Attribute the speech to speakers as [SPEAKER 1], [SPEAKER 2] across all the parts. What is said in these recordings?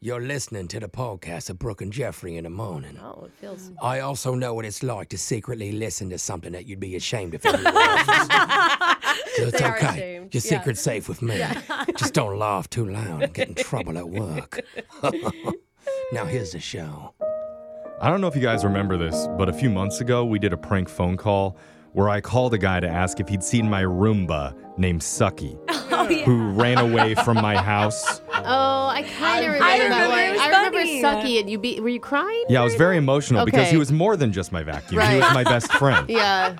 [SPEAKER 1] You're listening to the podcast of Brooke and Jeffrey in the morning.
[SPEAKER 2] Oh, it feels.
[SPEAKER 1] I also know what it's like to secretly listen to something that you'd be ashamed of. everyone else listening. so it's
[SPEAKER 2] They are
[SPEAKER 1] okay.
[SPEAKER 2] ashamed,
[SPEAKER 1] Your
[SPEAKER 2] yeah.
[SPEAKER 1] secret's safe with me. Just don't laugh too loud and get in trouble at work. now here's the show.
[SPEAKER 3] I don't know if you guys remember this, but a few months ago we did a prank phone call where I called a guy to ask if he'd seen my Roomba named Sucky, who ran away from my house.
[SPEAKER 2] Oh, I kind of remember that
[SPEAKER 4] remember
[SPEAKER 2] one.
[SPEAKER 4] it was
[SPEAKER 2] I remember
[SPEAKER 4] funny.
[SPEAKER 2] Sucky and you be. Were you crying?
[SPEAKER 3] Yeah, I was very emotional because he
[SPEAKER 2] Okay.
[SPEAKER 3] was more than just my vacuum. He
[SPEAKER 2] Right.
[SPEAKER 3] was my best friend.
[SPEAKER 2] Yeah.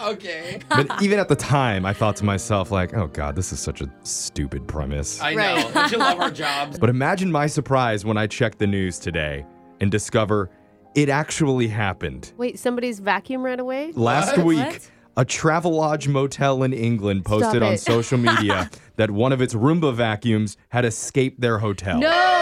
[SPEAKER 3] But even at the time, I thought to myself, like, oh God, this is such a stupid premise.
[SPEAKER 5] I
[SPEAKER 2] Right.
[SPEAKER 5] know. Don't you love our jobs?
[SPEAKER 3] But imagine my surprise when I check the news today and discover it actually happened.
[SPEAKER 2] Wait, somebody's vacuum ran away.
[SPEAKER 3] Last week,
[SPEAKER 4] What?
[SPEAKER 3] a Travelodge motel in England posted
[SPEAKER 2] Stop
[SPEAKER 3] on
[SPEAKER 2] it.
[SPEAKER 3] social media that one of its Roomba vacuums had escaped their hotel.
[SPEAKER 2] No!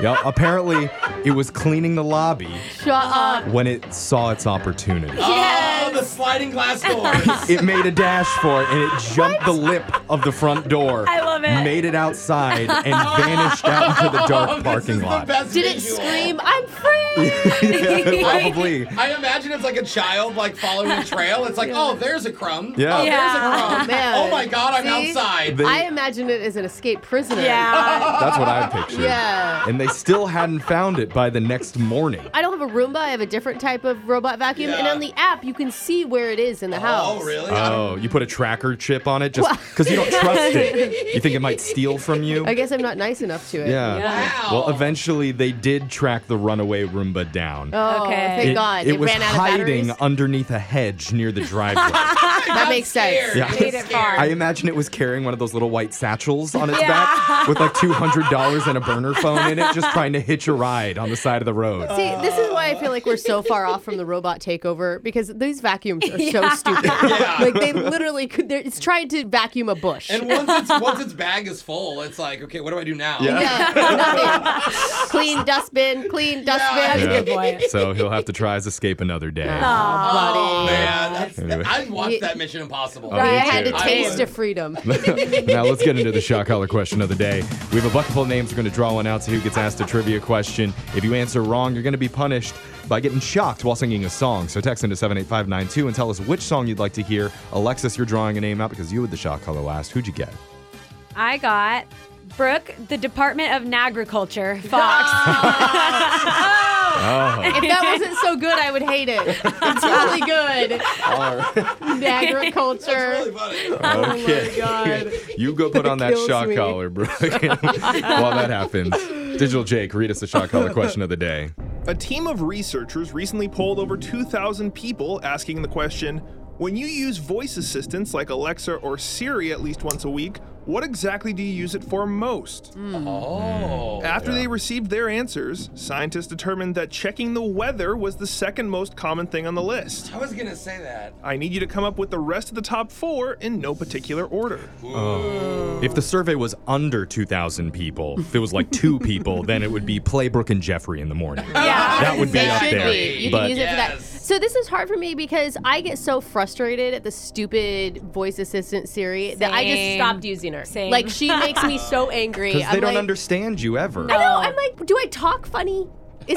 [SPEAKER 3] Yep, apparently, it was cleaning the lobby
[SPEAKER 2] Shut up.
[SPEAKER 3] when it saw its opportunity.
[SPEAKER 5] Oh, Ah, the sliding glass doors.
[SPEAKER 3] It made a dash for it and it jumped the lip of the front door.
[SPEAKER 4] I love it.
[SPEAKER 3] Made it outside and vanished out into the
[SPEAKER 5] Oh,
[SPEAKER 3] dark
[SPEAKER 5] this
[SPEAKER 3] parking
[SPEAKER 5] is the
[SPEAKER 3] lot.
[SPEAKER 5] best
[SPEAKER 2] Did it
[SPEAKER 5] visual.
[SPEAKER 2] scream? I'm free.
[SPEAKER 3] Yeah, probably.
[SPEAKER 5] I imagine it's like a child like following a trail. It's like, oh, there's a crumb.
[SPEAKER 3] Yeah.
[SPEAKER 5] Oh, there's a
[SPEAKER 4] Yeah.
[SPEAKER 5] crumb.
[SPEAKER 2] Oh, man.
[SPEAKER 5] Oh my God, I'm
[SPEAKER 2] See?
[SPEAKER 5] outside.
[SPEAKER 3] They-
[SPEAKER 2] I imagine it as an escaped prisoner.
[SPEAKER 4] Yeah.
[SPEAKER 3] That's what I pictured.
[SPEAKER 2] Yeah.
[SPEAKER 3] And they still hadn't found it by the next morning.
[SPEAKER 2] I don't have a Roomba. I have a different type of robot vacuum. And
[SPEAKER 5] Yeah.
[SPEAKER 2] on the app, you can see where it is in the house.
[SPEAKER 5] oh, really? I don't-
[SPEAKER 3] Oh, you put a tracker chip on it just because you don't trust it. You think it might steal from you?
[SPEAKER 2] I guess I'm not nice enough to it.
[SPEAKER 3] Yeah.
[SPEAKER 5] Wow.
[SPEAKER 3] Well, eventually they did track the runaway Roomba down.
[SPEAKER 2] Oh,
[SPEAKER 4] Okay.
[SPEAKER 2] thank
[SPEAKER 3] it,
[SPEAKER 2] God.
[SPEAKER 3] It, was
[SPEAKER 2] ran out of
[SPEAKER 3] hiding
[SPEAKER 2] batteries.
[SPEAKER 3] underneath a hedge near the driveway.
[SPEAKER 2] that makes sense.
[SPEAKER 5] scared.
[SPEAKER 3] Yeah.
[SPEAKER 4] Made it far.
[SPEAKER 3] I imagine it was carrying one of those little white satchels on its
[SPEAKER 4] Yeah.
[SPEAKER 3] back with like $200 and a burner phone in it, just trying to hitch a ride on the side of the road.
[SPEAKER 2] See, this is why I feel like we're so far off from the robot takeover because these vacuums are so stupid. Like they literally could. they're- It's trying to vacuum a bush.
[SPEAKER 5] And once its once its bag is full, it's like, okay, what do I do now?
[SPEAKER 2] yeah, nothing. clean dustbin, clean
[SPEAKER 3] Yeah.
[SPEAKER 2] dustbin.
[SPEAKER 4] Good boy.
[SPEAKER 3] So he'll have to try his escape another day.
[SPEAKER 5] Oh, man, that's,
[SPEAKER 3] Anyway.
[SPEAKER 5] I watched
[SPEAKER 2] Ye-
[SPEAKER 5] that Mission Impossible.
[SPEAKER 3] Oh,
[SPEAKER 2] I
[SPEAKER 3] yeah.
[SPEAKER 2] had a
[SPEAKER 3] I
[SPEAKER 2] taste
[SPEAKER 5] would.
[SPEAKER 2] of freedom.
[SPEAKER 3] now let's get into the shot collar question of the day. We have a bucket full of names. We're going to draw one out. See who gets asked a trivia question. If you answer wrong, you're going to be punished by getting shocked while singing a song. So text into seven eight five nine two and tell us which song you'd like to hear. Alexis, you're drawing a name out because you had the shot collar last. Who'd you get?
[SPEAKER 4] I got Brooke, the Department of Agriculture, Fox.
[SPEAKER 3] Oh,
[SPEAKER 2] If that wasn't so good, I would hate it. It's really good. Agriculture.
[SPEAKER 5] Really funny. Oh
[SPEAKER 3] okay. you go put on that
[SPEAKER 2] Kills
[SPEAKER 3] shot
[SPEAKER 2] me.
[SPEAKER 3] collar, Brooke. while that happens, Digital Jake, read us the shot collar question of the day.
[SPEAKER 6] A team of researchers recently polled over 2,000 people asking the question When you use voice assistants like Alexa or Siri at least once a week, what exactly do you use it for most?
[SPEAKER 5] Oh.
[SPEAKER 6] After they received their answers, scientists determined that checking the weather was the second most common thing on the list.
[SPEAKER 5] I was gonna say that.
[SPEAKER 6] I need you to come up with the rest of the top four in no particular order.
[SPEAKER 3] If the survey was under 2,000 people, if it was like two people, then it would be play Brooke and Jeffrey in the morning.
[SPEAKER 4] Yeah.
[SPEAKER 3] That would be
[SPEAKER 2] They
[SPEAKER 3] up
[SPEAKER 2] should
[SPEAKER 3] there.
[SPEAKER 2] be. You
[SPEAKER 3] but
[SPEAKER 2] can use it for that.
[SPEAKER 5] Yes.
[SPEAKER 2] So this is hard for me because I get so frustrated at the stupid voice assistant Siri that I just
[SPEAKER 4] Same.
[SPEAKER 2] stopped using her.
[SPEAKER 4] Same.
[SPEAKER 2] Like she makes me so angry.
[SPEAKER 3] because
[SPEAKER 2] I'm
[SPEAKER 3] they don't
[SPEAKER 2] like,
[SPEAKER 3] understand you ever.
[SPEAKER 2] I know. I'm like, do I talk funny? Is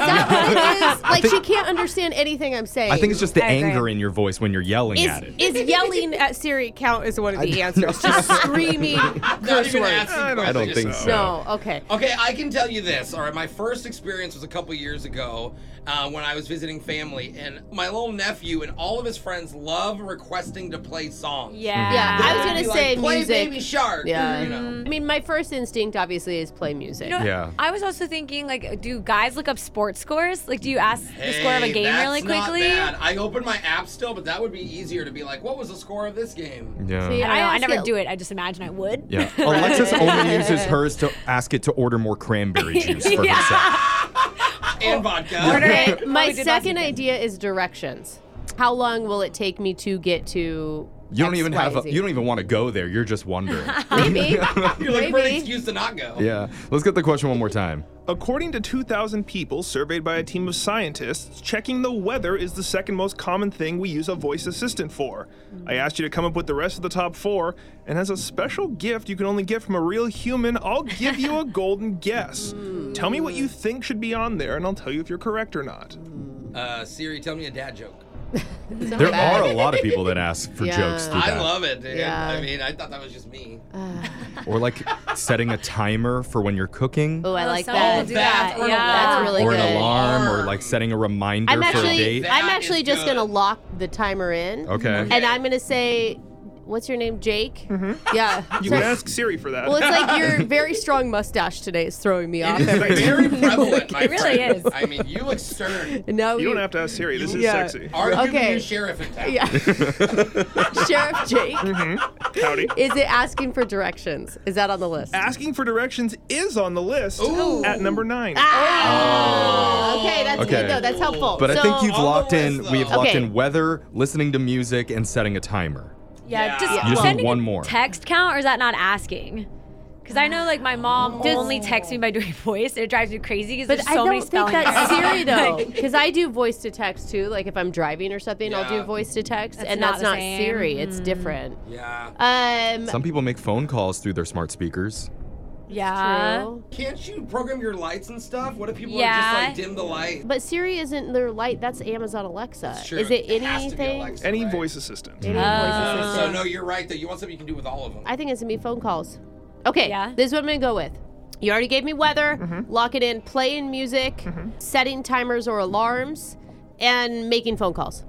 [SPEAKER 2] that what it is? Like she can't understand anything I'm saying.
[SPEAKER 3] I think it's just the
[SPEAKER 4] I agree.
[SPEAKER 3] anger in your voice when you're yelling
[SPEAKER 2] is,
[SPEAKER 3] at it.
[SPEAKER 2] is yelling at Siri count as one of the
[SPEAKER 3] don't
[SPEAKER 2] answers? Just screaming
[SPEAKER 5] Not
[SPEAKER 2] curse
[SPEAKER 5] even
[SPEAKER 2] words.
[SPEAKER 5] asking
[SPEAKER 6] I don't
[SPEAKER 5] questions.
[SPEAKER 3] think
[SPEAKER 5] just-
[SPEAKER 3] so.
[SPEAKER 2] No. Okay.
[SPEAKER 5] Okay, I can tell you this. All right, my first experience was a couple years ago uh, when I was visiting family, and my little nephew and all of his friends love requesting to play songs.
[SPEAKER 4] yeah.
[SPEAKER 2] Yeah, I was
[SPEAKER 5] They'll
[SPEAKER 2] gonna
[SPEAKER 5] be
[SPEAKER 2] say
[SPEAKER 5] like, play
[SPEAKER 2] music.
[SPEAKER 5] Baby Shark. or,
[SPEAKER 2] Yeah.
[SPEAKER 5] you know.
[SPEAKER 2] I mean, my first instinct obviously is play music.
[SPEAKER 4] You know,
[SPEAKER 3] Yeah.
[SPEAKER 4] I was also thinking, like, do guys look up sports scores? Like, do you ask the score of a
[SPEAKER 5] Hey,
[SPEAKER 4] game
[SPEAKER 5] that's
[SPEAKER 4] really
[SPEAKER 5] not
[SPEAKER 4] quickly?
[SPEAKER 5] bad. I open my app still, but that would be easier to be like, what was the score of this game?
[SPEAKER 3] Yeah.
[SPEAKER 2] See,
[SPEAKER 4] I don't know. I
[SPEAKER 2] always
[SPEAKER 4] never
[SPEAKER 2] get-
[SPEAKER 4] do it. I just imagine I would.
[SPEAKER 3] yeah. Alexis only uses hers to ask it to order more cranberry juice for herself.
[SPEAKER 5] Uh, And vodka.
[SPEAKER 4] Order
[SPEAKER 2] Okay,
[SPEAKER 4] it.
[SPEAKER 2] my
[SPEAKER 4] Oh, we did last
[SPEAKER 2] second idea is directions. How long will it take me to get to
[SPEAKER 3] You don't even have. A,
[SPEAKER 2] XYZ.
[SPEAKER 3] you don't even want to go there. You're just wondering.
[SPEAKER 2] Maybe.
[SPEAKER 5] You're looking for an
[SPEAKER 2] Maybe.
[SPEAKER 5] excuse to not go.
[SPEAKER 3] yeah. Let's get the question one more time.
[SPEAKER 6] According to 2,000 people surveyed by a team of scientists, checking the weather is the second most common thing we use a voice assistant for. I
[SPEAKER 2] Mm.
[SPEAKER 6] asked you to come up with the rest of the top four, and as a special gift you can only get from a real human, I'll give you a golden guess.
[SPEAKER 2] Mm.
[SPEAKER 6] Tell me what you think should be on there, and I'll tell you if you're correct or not.
[SPEAKER 2] Mm.
[SPEAKER 5] Uh, Siri, tell me a dad joke.
[SPEAKER 3] There are a lot of people that ask for
[SPEAKER 2] Yeah.
[SPEAKER 3] jokes through
[SPEAKER 5] I
[SPEAKER 3] that.
[SPEAKER 5] love it, dude.
[SPEAKER 2] Yeah. Uh,
[SPEAKER 5] I mean, I thought that was just me.
[SPEAKER 3] Or like setting a timer for when you're cooking.
[SPEAKER 2] Oh, I
[SPEAKER 4] Oh,
[SPEAKER 2] like
[SPEAKER 4] some
[SPEAKER 2] that.
[SPEAKER 4] people do
[SPEAKER 5] That's
[SPEAKER 4] that.
[SPEAKER 5] really
[SPEAKER 4] yeah.
[SPEAKER 2] That's really
[SPEAKER 3] or
[SPEAKER 2] good.
[SPEAKER 3] an alarm, or
[SPEAKER 5] Alarm.
[SPEAKER 3] like setting a reminder
[SPEAKER 2] I'm
[SPEAKER 3] for a
[SPEAKER 2] actually,
[SPEAKER 3] date.
[SPEAKER 5] That
[SPEAKER 2] I'm actually
[SPEAKER 5] is
[SPEAKER 2] just
[SPEAKER 5] good.
[SPEAKER 2] gonna lock the timer in.
[SPEAKER 3] Okay.
[SPEAKER 2] And I'm gonna say, what's your name, Jake? Yeah.
[SPEAKER 6] You
[SPEAKER 2] So-
[SPEAKER 6] can ask Siri for that.
[SPEAKER 2] well, it's like your very strong mustache today is throwing me off.
[SPEAKER 5] It's very prevalent. my
[SPEAKER 4] It really
[SPEAKER 5] friend.
[SPEAKER 4] is.
[SPEAKER 5] I mean, you look stern.
[SPEAKER 2] And now
[SPEAKER 6] you don't have to ask Siri, this is
[SPEAKER 2] Yeah.
[SPEAKER 6] sexy.
[SPEAKER 5] Arguably
[SPEAKER 2] Okay.
[SPEAKER 5] new sheriff in town.
[SPEAKER 2] Yeah. Sheriff Jake,
[SPEAKER 6] Mm-hmm. Howdy.
[SPEAKER 2] is it asking for directions? Is that on the list?
[SPEAKER 6] Asking for directions is on the list
[SPEAKER 5] Ooh. Oh.
[SPEAKER 6] at number nine.
[SPEAKER 2] Ah. Okay, that's
[SPEAKER 3] Okay.
[SPEAKER 2] good though. That's helpful.
[SPEAKER 3] But I
[SPEAKER 2] So-
[SPEAKER 3] think you've
[SPEAKER 5] on the
[SPEAKER 3] locked in.
[SPEAKER 5] list,
[SPEAKER 3] We've
[SPEAKER 5] though.
[SPEAKER 3] locked
[SPEAKER 2] Okay.
[SPEAKER 3] in weather, listening to music, and setting a timer.
[SPEAKER 4] Yeah,
[SPEAKER 5] Yeah.
[SPEAKER 4] just,
[SPEAKER 5] You
[SPEAKER 3] just need
[SPEAKER 4] sending
[SPEAKER 3] one
[SPEAKER 4] a
[SPEAKER 3] more.
[SPEAKER 4] Text count, or is that not asking? Because I know, like, my mom only texts me by doing voice, and it drives me crazy because
[SPEAKER 2] But
[SPEAKER 4] there's so
[SPEAKER 2] I
[SPEAKER 4] many
[SPEAKER 2] don't think
[SPEAKER 4] spelling
[SPEAKER 2] that's
[SPEAKER 4] errors.
[SPEAKER 2] Siri though, because I do voice to text too. Like if I'm driving or something, I'll
[SPEAKER 5] Yeah.
[SPEAKER 2] do voice to text,
[SPEAKER 4] That's
[SPEAKER 2] and
[SPEAKER 4] not
[SPEAKER 2] that's
[SPEAKER 4] the
[SPEAKER 2] not
[SPEAKER 4] same. Mm.
[SPEAKER 2] Siri. It's different.
[SPEAKER 5] Yeah.
[SPEAKER 2] Um,
[SPEAKER 3] Some people make phone calls through their smart speakers.
[SPEAKER 4] yeah.
[SPEAKER 2] true.
[SPEAKER 5] Can't you program your lights and stuff? What if people are
[SPEAKER 4] Yeah.
[SPEAKER 5] just like dim the light?
[SPEAKER 2] But Siri isn't their light. That's Amazon Alexa.
[SPEAKER 5] Sure,
[SPEAKER 2] Is it
[SPEAKER 5] it has to be
[SPEAKER 2] anything?
[SPEAKER 5] Alexa,
[SPEAKER 6] Any
[SPEAKER 5] right?
[SPEAKER 6] voice assistant.
[SPEAKER 2] Any
[SPEAKER 4] Oh.
[SPEAKER 2] voice
[SPEAKER 5] Uh, so
[SPEAKER 2] assistant?
[SPEAKER 5] no, you're right. Though you want something you can do with all of them.
[SPEAKER 2] I think it's gonna be phone calls. Okay.
[SPEAKER 4] Yeah.
[SPEAKER 2] This is what I'm gonna go with. You already gave me weather. Lock it in. Playing music, setting timers or alarms, and making phone calls.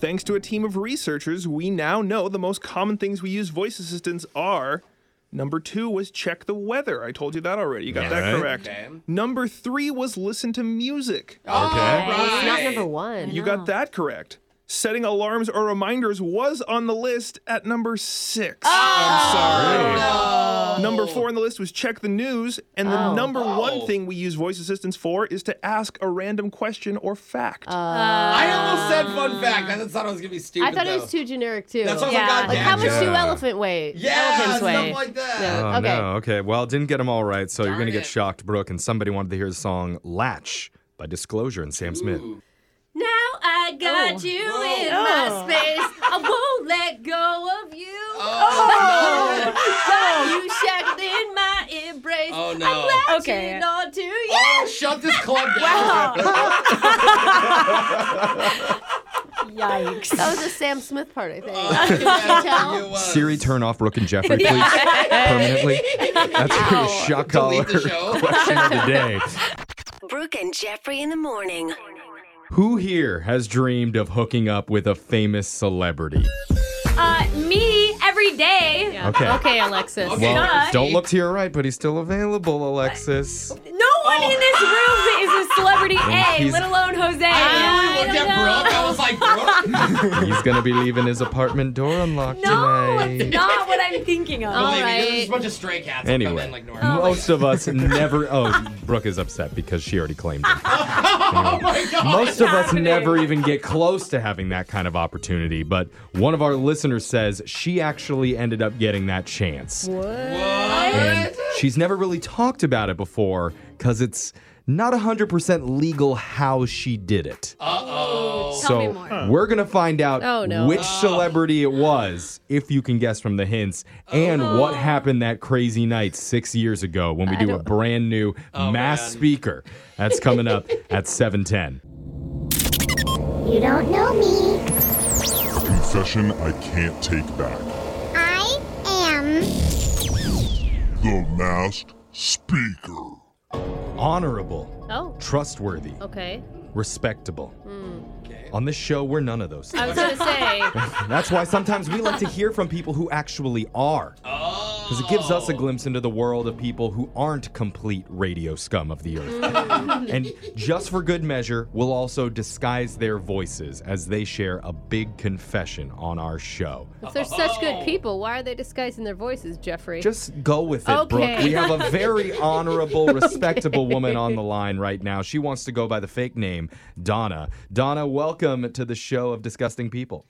[SPEAKER 6] Thanks to a team of researchers, we now know the most common things we use voice assistants are. Number two was check the weather. I told you that already. You got
[SPEAKER 3] Yeah,
[SPEAKER 6] that
[SPEAKER 3] right.
[SPEAKER 6] correct.
[SPEAKER 5] Okay.
[SPEAKER 6] Number three was listen to music.
[SPEAKER 5] All
[SPEAKER 3] Okay.
[SPEAKER 2] Oh, It's not
[SPEAKER 5] right.
[SPEAKER 2] number one.
[SPEAKER 6] You got that correct. Setting alarms or reminders was on the list at number six.
[SPEAKER 2] Oh!
[SPEAKER 5] Oh,
[SPEAKER 6] I'm sorry. Number four on the list was check the news. And
[SPEAKER 2] Oh.
[SPEAKER 6] the number one thing we use voice assistants for is to ask a random question or fact.
[SPEAKER 5] I almost said
[SPEAKER 4] Uh,
[SPEAKER 5] fun fact. I just thought it was gonna be stupid.
[SPEAKER 2] Uh, I thought
[SPEAKER 5] though.
[SPEAKER 2] it was too generic too.
[SPEAKER 5] That's what
[SPEAKER 4] Yeah.
[SPEAKER 5] I was like, God
[SPEAKER 2] Like
[SPEAKER 5] damn
[SPEAKER 2] how much
[SPEAKER 5] it.
[SPEAKER 2] do elephant weigh?
[SPEAKER 5] Yeah,
[SPEAKER 2] elephants
[SPEAKER 5] stuff
[SPEAKER 2] weigh.
[SPEAKER 5] like that.
[SPEAKER 2] Yeah,
[SPEAKER 3] Oh
[SPEAKER 2] okay.
[SPEAKER 3] no. Okay. Well, didn't get them all right, so you're
[SPEAKER 5] Darn
[SPEAKER 3] gonna get
[SPEAKER 5] it.
[SPEAKER 3] shocked, Brooke. And somebody wanted to hear the song "Latch" by Disclosure and Sam Smith.
[SPEAKER 4] Now I got
[SPEAKER 2] Oh.
[SPEAKER 4] you in my space. I won't let go of you.
[SPEAKER 5] Oh, no.
[SPEAKER 4] Got you
[SPEAKER 2] You shackled in my embrace.
[SPEAKER 5] Oh, no.
[SPEAKER 2] I'm
[SPEAKER 4] Okay.
[SPEAKER 2] okay. on to you.
[SPEAKER 5] Oh, shut this club down.
[SPEAKER 4] Yikes.
[SPEAKER 2] That was a Sam Smith part, I think.
[SPEAKER 5] Oh, Yeah, it was.
[SPEAKER 3] Siri, turn off Brooke and Jeffrey, please, permanently. That's your shock collar
[SPEAKER 5] Delete the
[SPEAKER 3] question
[SPEAKER 5] show.
[SPEAKER 3] of the day.
[SPEAKER 7] Brooke and Jeffrey in the morning.
[SPEAKER 3] Who here has dreamed of hooking up with a famous celebrity?
[SPEAKER 4] Uh, me every day.
[SPEAKER 3] Okay.
[SPEAKER 2] okay, Alexis.
[SPEAKER 5] Okay.
[SPEAKER 3] Well,
[SPEAKER 4] Not.
[SPEAKER 3] don't look to your right, but he's still available, Alexis.
[SPEAKER 4] No one
[SPEAKER 2] Oh.
[SPEAKER 4] in this room is a celebrity A,
[SPEAKER 3] he's-
[SPEAKER 4] let alone Jose.
[SPEAKER 5] I looked at Brooke. I was like, Brooke.
[SPEAKER 3] He's gonna be leaving his apartment door unlocked
[SPEAKER 4] No, it's
[SPEAKER 3] tonight.
[SPEAKER 4] not what I'm thinking of.
[SPEAKER 2] All
[SPEAKER 5] Believe
[SPEAKER 2] right.
[SPEAKER 5] me, there's just a bunch of stray cats. that come
[SPEAKER 3] Anyway,
[SPEAKER 5] in like normal.
[SPEAKER 3] most of us never. Oh, Brooke is upset because she already claimed it.
[SPEAKER 5] Oh my god.
[SPEAKER 3] Most of us
[SPEAKER 4] happening?
[SPEAKER 3] never even get close to having that kind of opportunity, but one of our listeners says she actually ended up getting that chance. And she's never really talked about it before because it's not 100% legal how she did it. Uh oh.
[SPEAKER 4] Tell me
[SPEAKER 3] So
[SPEAKER 4] more.
[SPEAKER 3] we're going to find out
[SPEAKER 2] Oh, no.
[SPEAKER 3] which celebrity it was, if you can guess from the hints, and
[SPEAKER 2] Oh.
[SPEAKER 3] what happened that crazy night six years ago when we do a brand new mass
[SPEAKER 5] man.
[SPEAKER 3] speaker. That's coming up at 710.
[SPEAKER 8] You don't know me.
[SPEAKER 9] Confession I can't take back.
[SPEAKER 8] I am.
[SPEAKER 9] The masked speaker.
[SPEAKER 3] Honorable.
[SPEAKER 2] Oh,
[SPEAKER 3] trustworthy,
[SPEAKER 2] okay. Hmm.
[SPEAKER 3] respectable. On this show, we're none of those
[SPEAKER 2] I
[SPEAKER 3] things.
[SPEAKER 2] was going to say,
[SPEAKER 3] That's why sometimes we like to hear from people who actually are.
[SPEAKER 5] Oh.
[SPEAKER 3] Because it gives us a glimpse into the world of people who aren't complete radio scum of the earth. and just for good measure, we'll also disguise their voices as they share a big confession on our show.
[SPEAKER 2] if they're such
[SPEAKER 5] Oh.
[SPEAKER 2] good people, why are they disguising their voices, Jeffrey?
[SPEAKER 3] Just go with it, Brooke.
[SPEAKER 2] Okay.
[SPEAKER 3] We have a very honorable, respectable woman on the line right now. She wants to go by the fake name, Donna. Donna, welcome to the show of Disgusting People.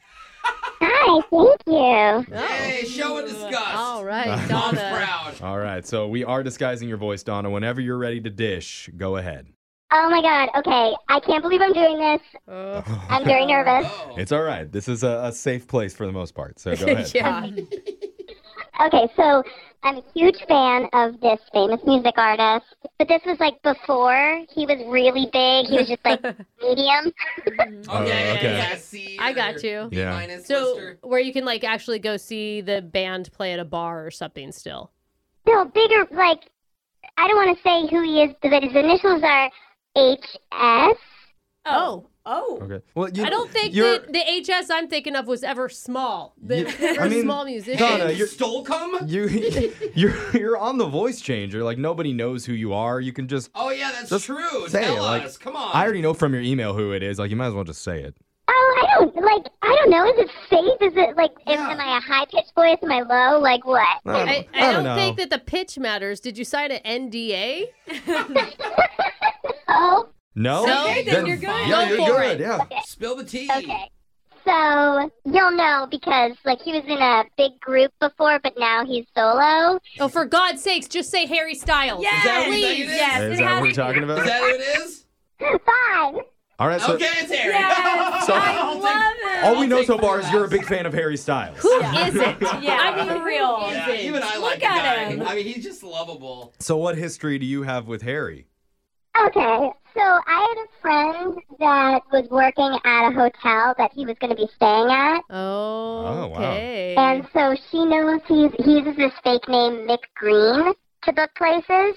[SPEAKER 8] Hi, Hi, thank you.
[SPEAKER 5] Hey, show and discuss.
[SPEAKER 2] All
[SPEAKER 3] Uh,
[SPEAKER 2] right,
[SPEAKER 5] Mom's
[SPEAKER 2] Donna.
[SPEAKER 5] proud.
[SPEAKER 3] All right, so we are disguising your voice, Donna. Whenever you're ready to dish, go ahead.
[SPEAKER 8] Oh my god, okay. I can't believe I'm doing this.
[SPEAKER 2] Oh.
[SPEAKER 8] I'm very nervous.
[SPEAKER 5] Oh.
[SPEAKER 3] It's all right. This is a, a safe place for the most part, so go ahead.
[SPEAKER 2] yeah.
[SPEAKER 8] Okay, so I'm a huge fan of this famous music artist, but this was like before he was really big. He was just like medium.
[SPEAKER 3] Oh,
[SPEAKER 5] Okay,
[SPEAKER 3] okay.
[SPEAKER 5] yeah, see,
[SPEAKER 2] I got
[SPEAKER 5] or
[SPEAKER 2] you.
[SPEAKER 5] B
[SPEAKER 3] Yeah.
[SPEAKER 5] minus
[SPEAKER 2] So
[SPEAKER 5] Lister.
[SPEAKER 2] where you can like actually go see the band play at a bar or something still.
[SPEAKER 8] No, bigger, like, I don't want to say who he is, but his initials are HS.
[SPEAKER 2] Oh.
[SPEAKER 4] Oh.
[SPEAKER 3] Okay. Well, you,
[SPEAKER 2] I don't think
[SPEAKER 3] you're,
[SPEAKER 2] that the HS I'm thinking of was ever small. The,
[SPEAKER 3] You-
[SPEAKER 2] they were
[SPEAKER 3] I mean,
[SPEAKER 2] small musicians.
[SPEAKER 3] Donna,
[SPEAKER 5] You
[SPEAKER 3] you're,
[SPEAKER 5] stole cum?
[SPEAKER 3] you you're you're on the voice changer. Like nobody knows who you are. You can just
[SPEAKER 5] Oh yeah, that's
[SPEAKER 3] Just
[SPEAKER 5] true.
[SPEAKER 3] say it,
[SPEAKER 5] Tell
[SPEAKER 3] like,
[SPEAKER 5] us. Come on.
[SPEAKER 3] I already know from your email who it is. Like you might as well just say it.
[SPEAKER 8] Oh, I don't, like, I don't know. Is it safe? Is it, like, am-
[SPEAKER 5] Yeah.
[SPEAKER 8] am I a high pitched voice? Am I low? Like, what?
[SPEAKER 3] I don't,
[SPEAKER 2] I,
[SPEAKER 3] know.
[SPEAKER 2] I don't,
[SPEAKER 3] know.
[SPEAKER 2] think that the pitch matters. Did you sign an NDA?
[SPEAKER 8] Oh,
[SPEAKER 3] no.
[SPEAKER 2] No? Okay,
[SPEAKER 4] then you're good.
[SPEAKER 3] Yeah,
[SPEAKER 2] Go
[SPEAKER 3] you're
[SPEAKER 2] for
[SPEAKER 3] good.
[SPEAKER 2] it.
[SPEAKER 3] Yeah.
[SPEAKER 5] Spill the tea.
[SPEAKER 8] okay. So, you'll know because, like, he was in a big group before, but now he's solo.
[SPEAKER 2] Oh, for God's sakes, just say Harry Styles.
[SPEAKER 4] Yes.
[SPEAKER 5] that what
[SPEAKER 4] please.
[SPEAKER 5] that is?
[SPEAKER 4] Yes.
[SPEAKER 3] Is
[SPEAKER 4] it
[SPEAKER 3] that
[SPEAKER 4] has
[SPEAKER 3] what we're
[SPEAKER 4] to be.
[SPEAKER 3] talking
[SPEAKER 5] Is
[SPEAKER 3] about?
[SPEAKER 5] that who it is?
[SPEAKER 8] Fine.
[SPEAKER 3] All right. So
[SPEAKER 5] Okay, it's Harry.
[SPEAKER 4] Yes, I
[SPEAKER 5] I'll take-
[SPEAKER 4] love it.
[SPEAKER 3] all we know
[SPEAKER 5] take
[SPEAKER 3] so far
[SPEAKER 5] the
[SPEAKER 3] is you're a
[SPEAKER 5] rest.
[SPEAKER 3] big fan of Harry Styles.
[SPEAKER 2] Who is it?
[SPEAKER 4] Yeah,
[SPEAKER 2] I mean,
[SPEAKER 4] for real.
[SPEAKER 2] who is
[SPEAKER 5] Yeah,
[SPEAKER 2] it?
[SPEAKER 5] even I like
[SPEAKER 4] Look
[SPEAKER 5] the
[SPEAKER 4] at
[SPEAKER 5] guy.
[SPEAKER 4] him.
[SPEAKER 5] I mean, he's just lovable.
[SPEAKER 3] So what history do you have with Harry?
[SPEAKER 8] Okay, so I had a friend that was working at a hotel that he was going to be staying at,
[SPEAKER 2] Oh,
[SPEAKER 3] wow.
[SPEAKER 2] okay.
[SPEAKER 8] and so she knows he's he uses this fake name Mick Green to book places.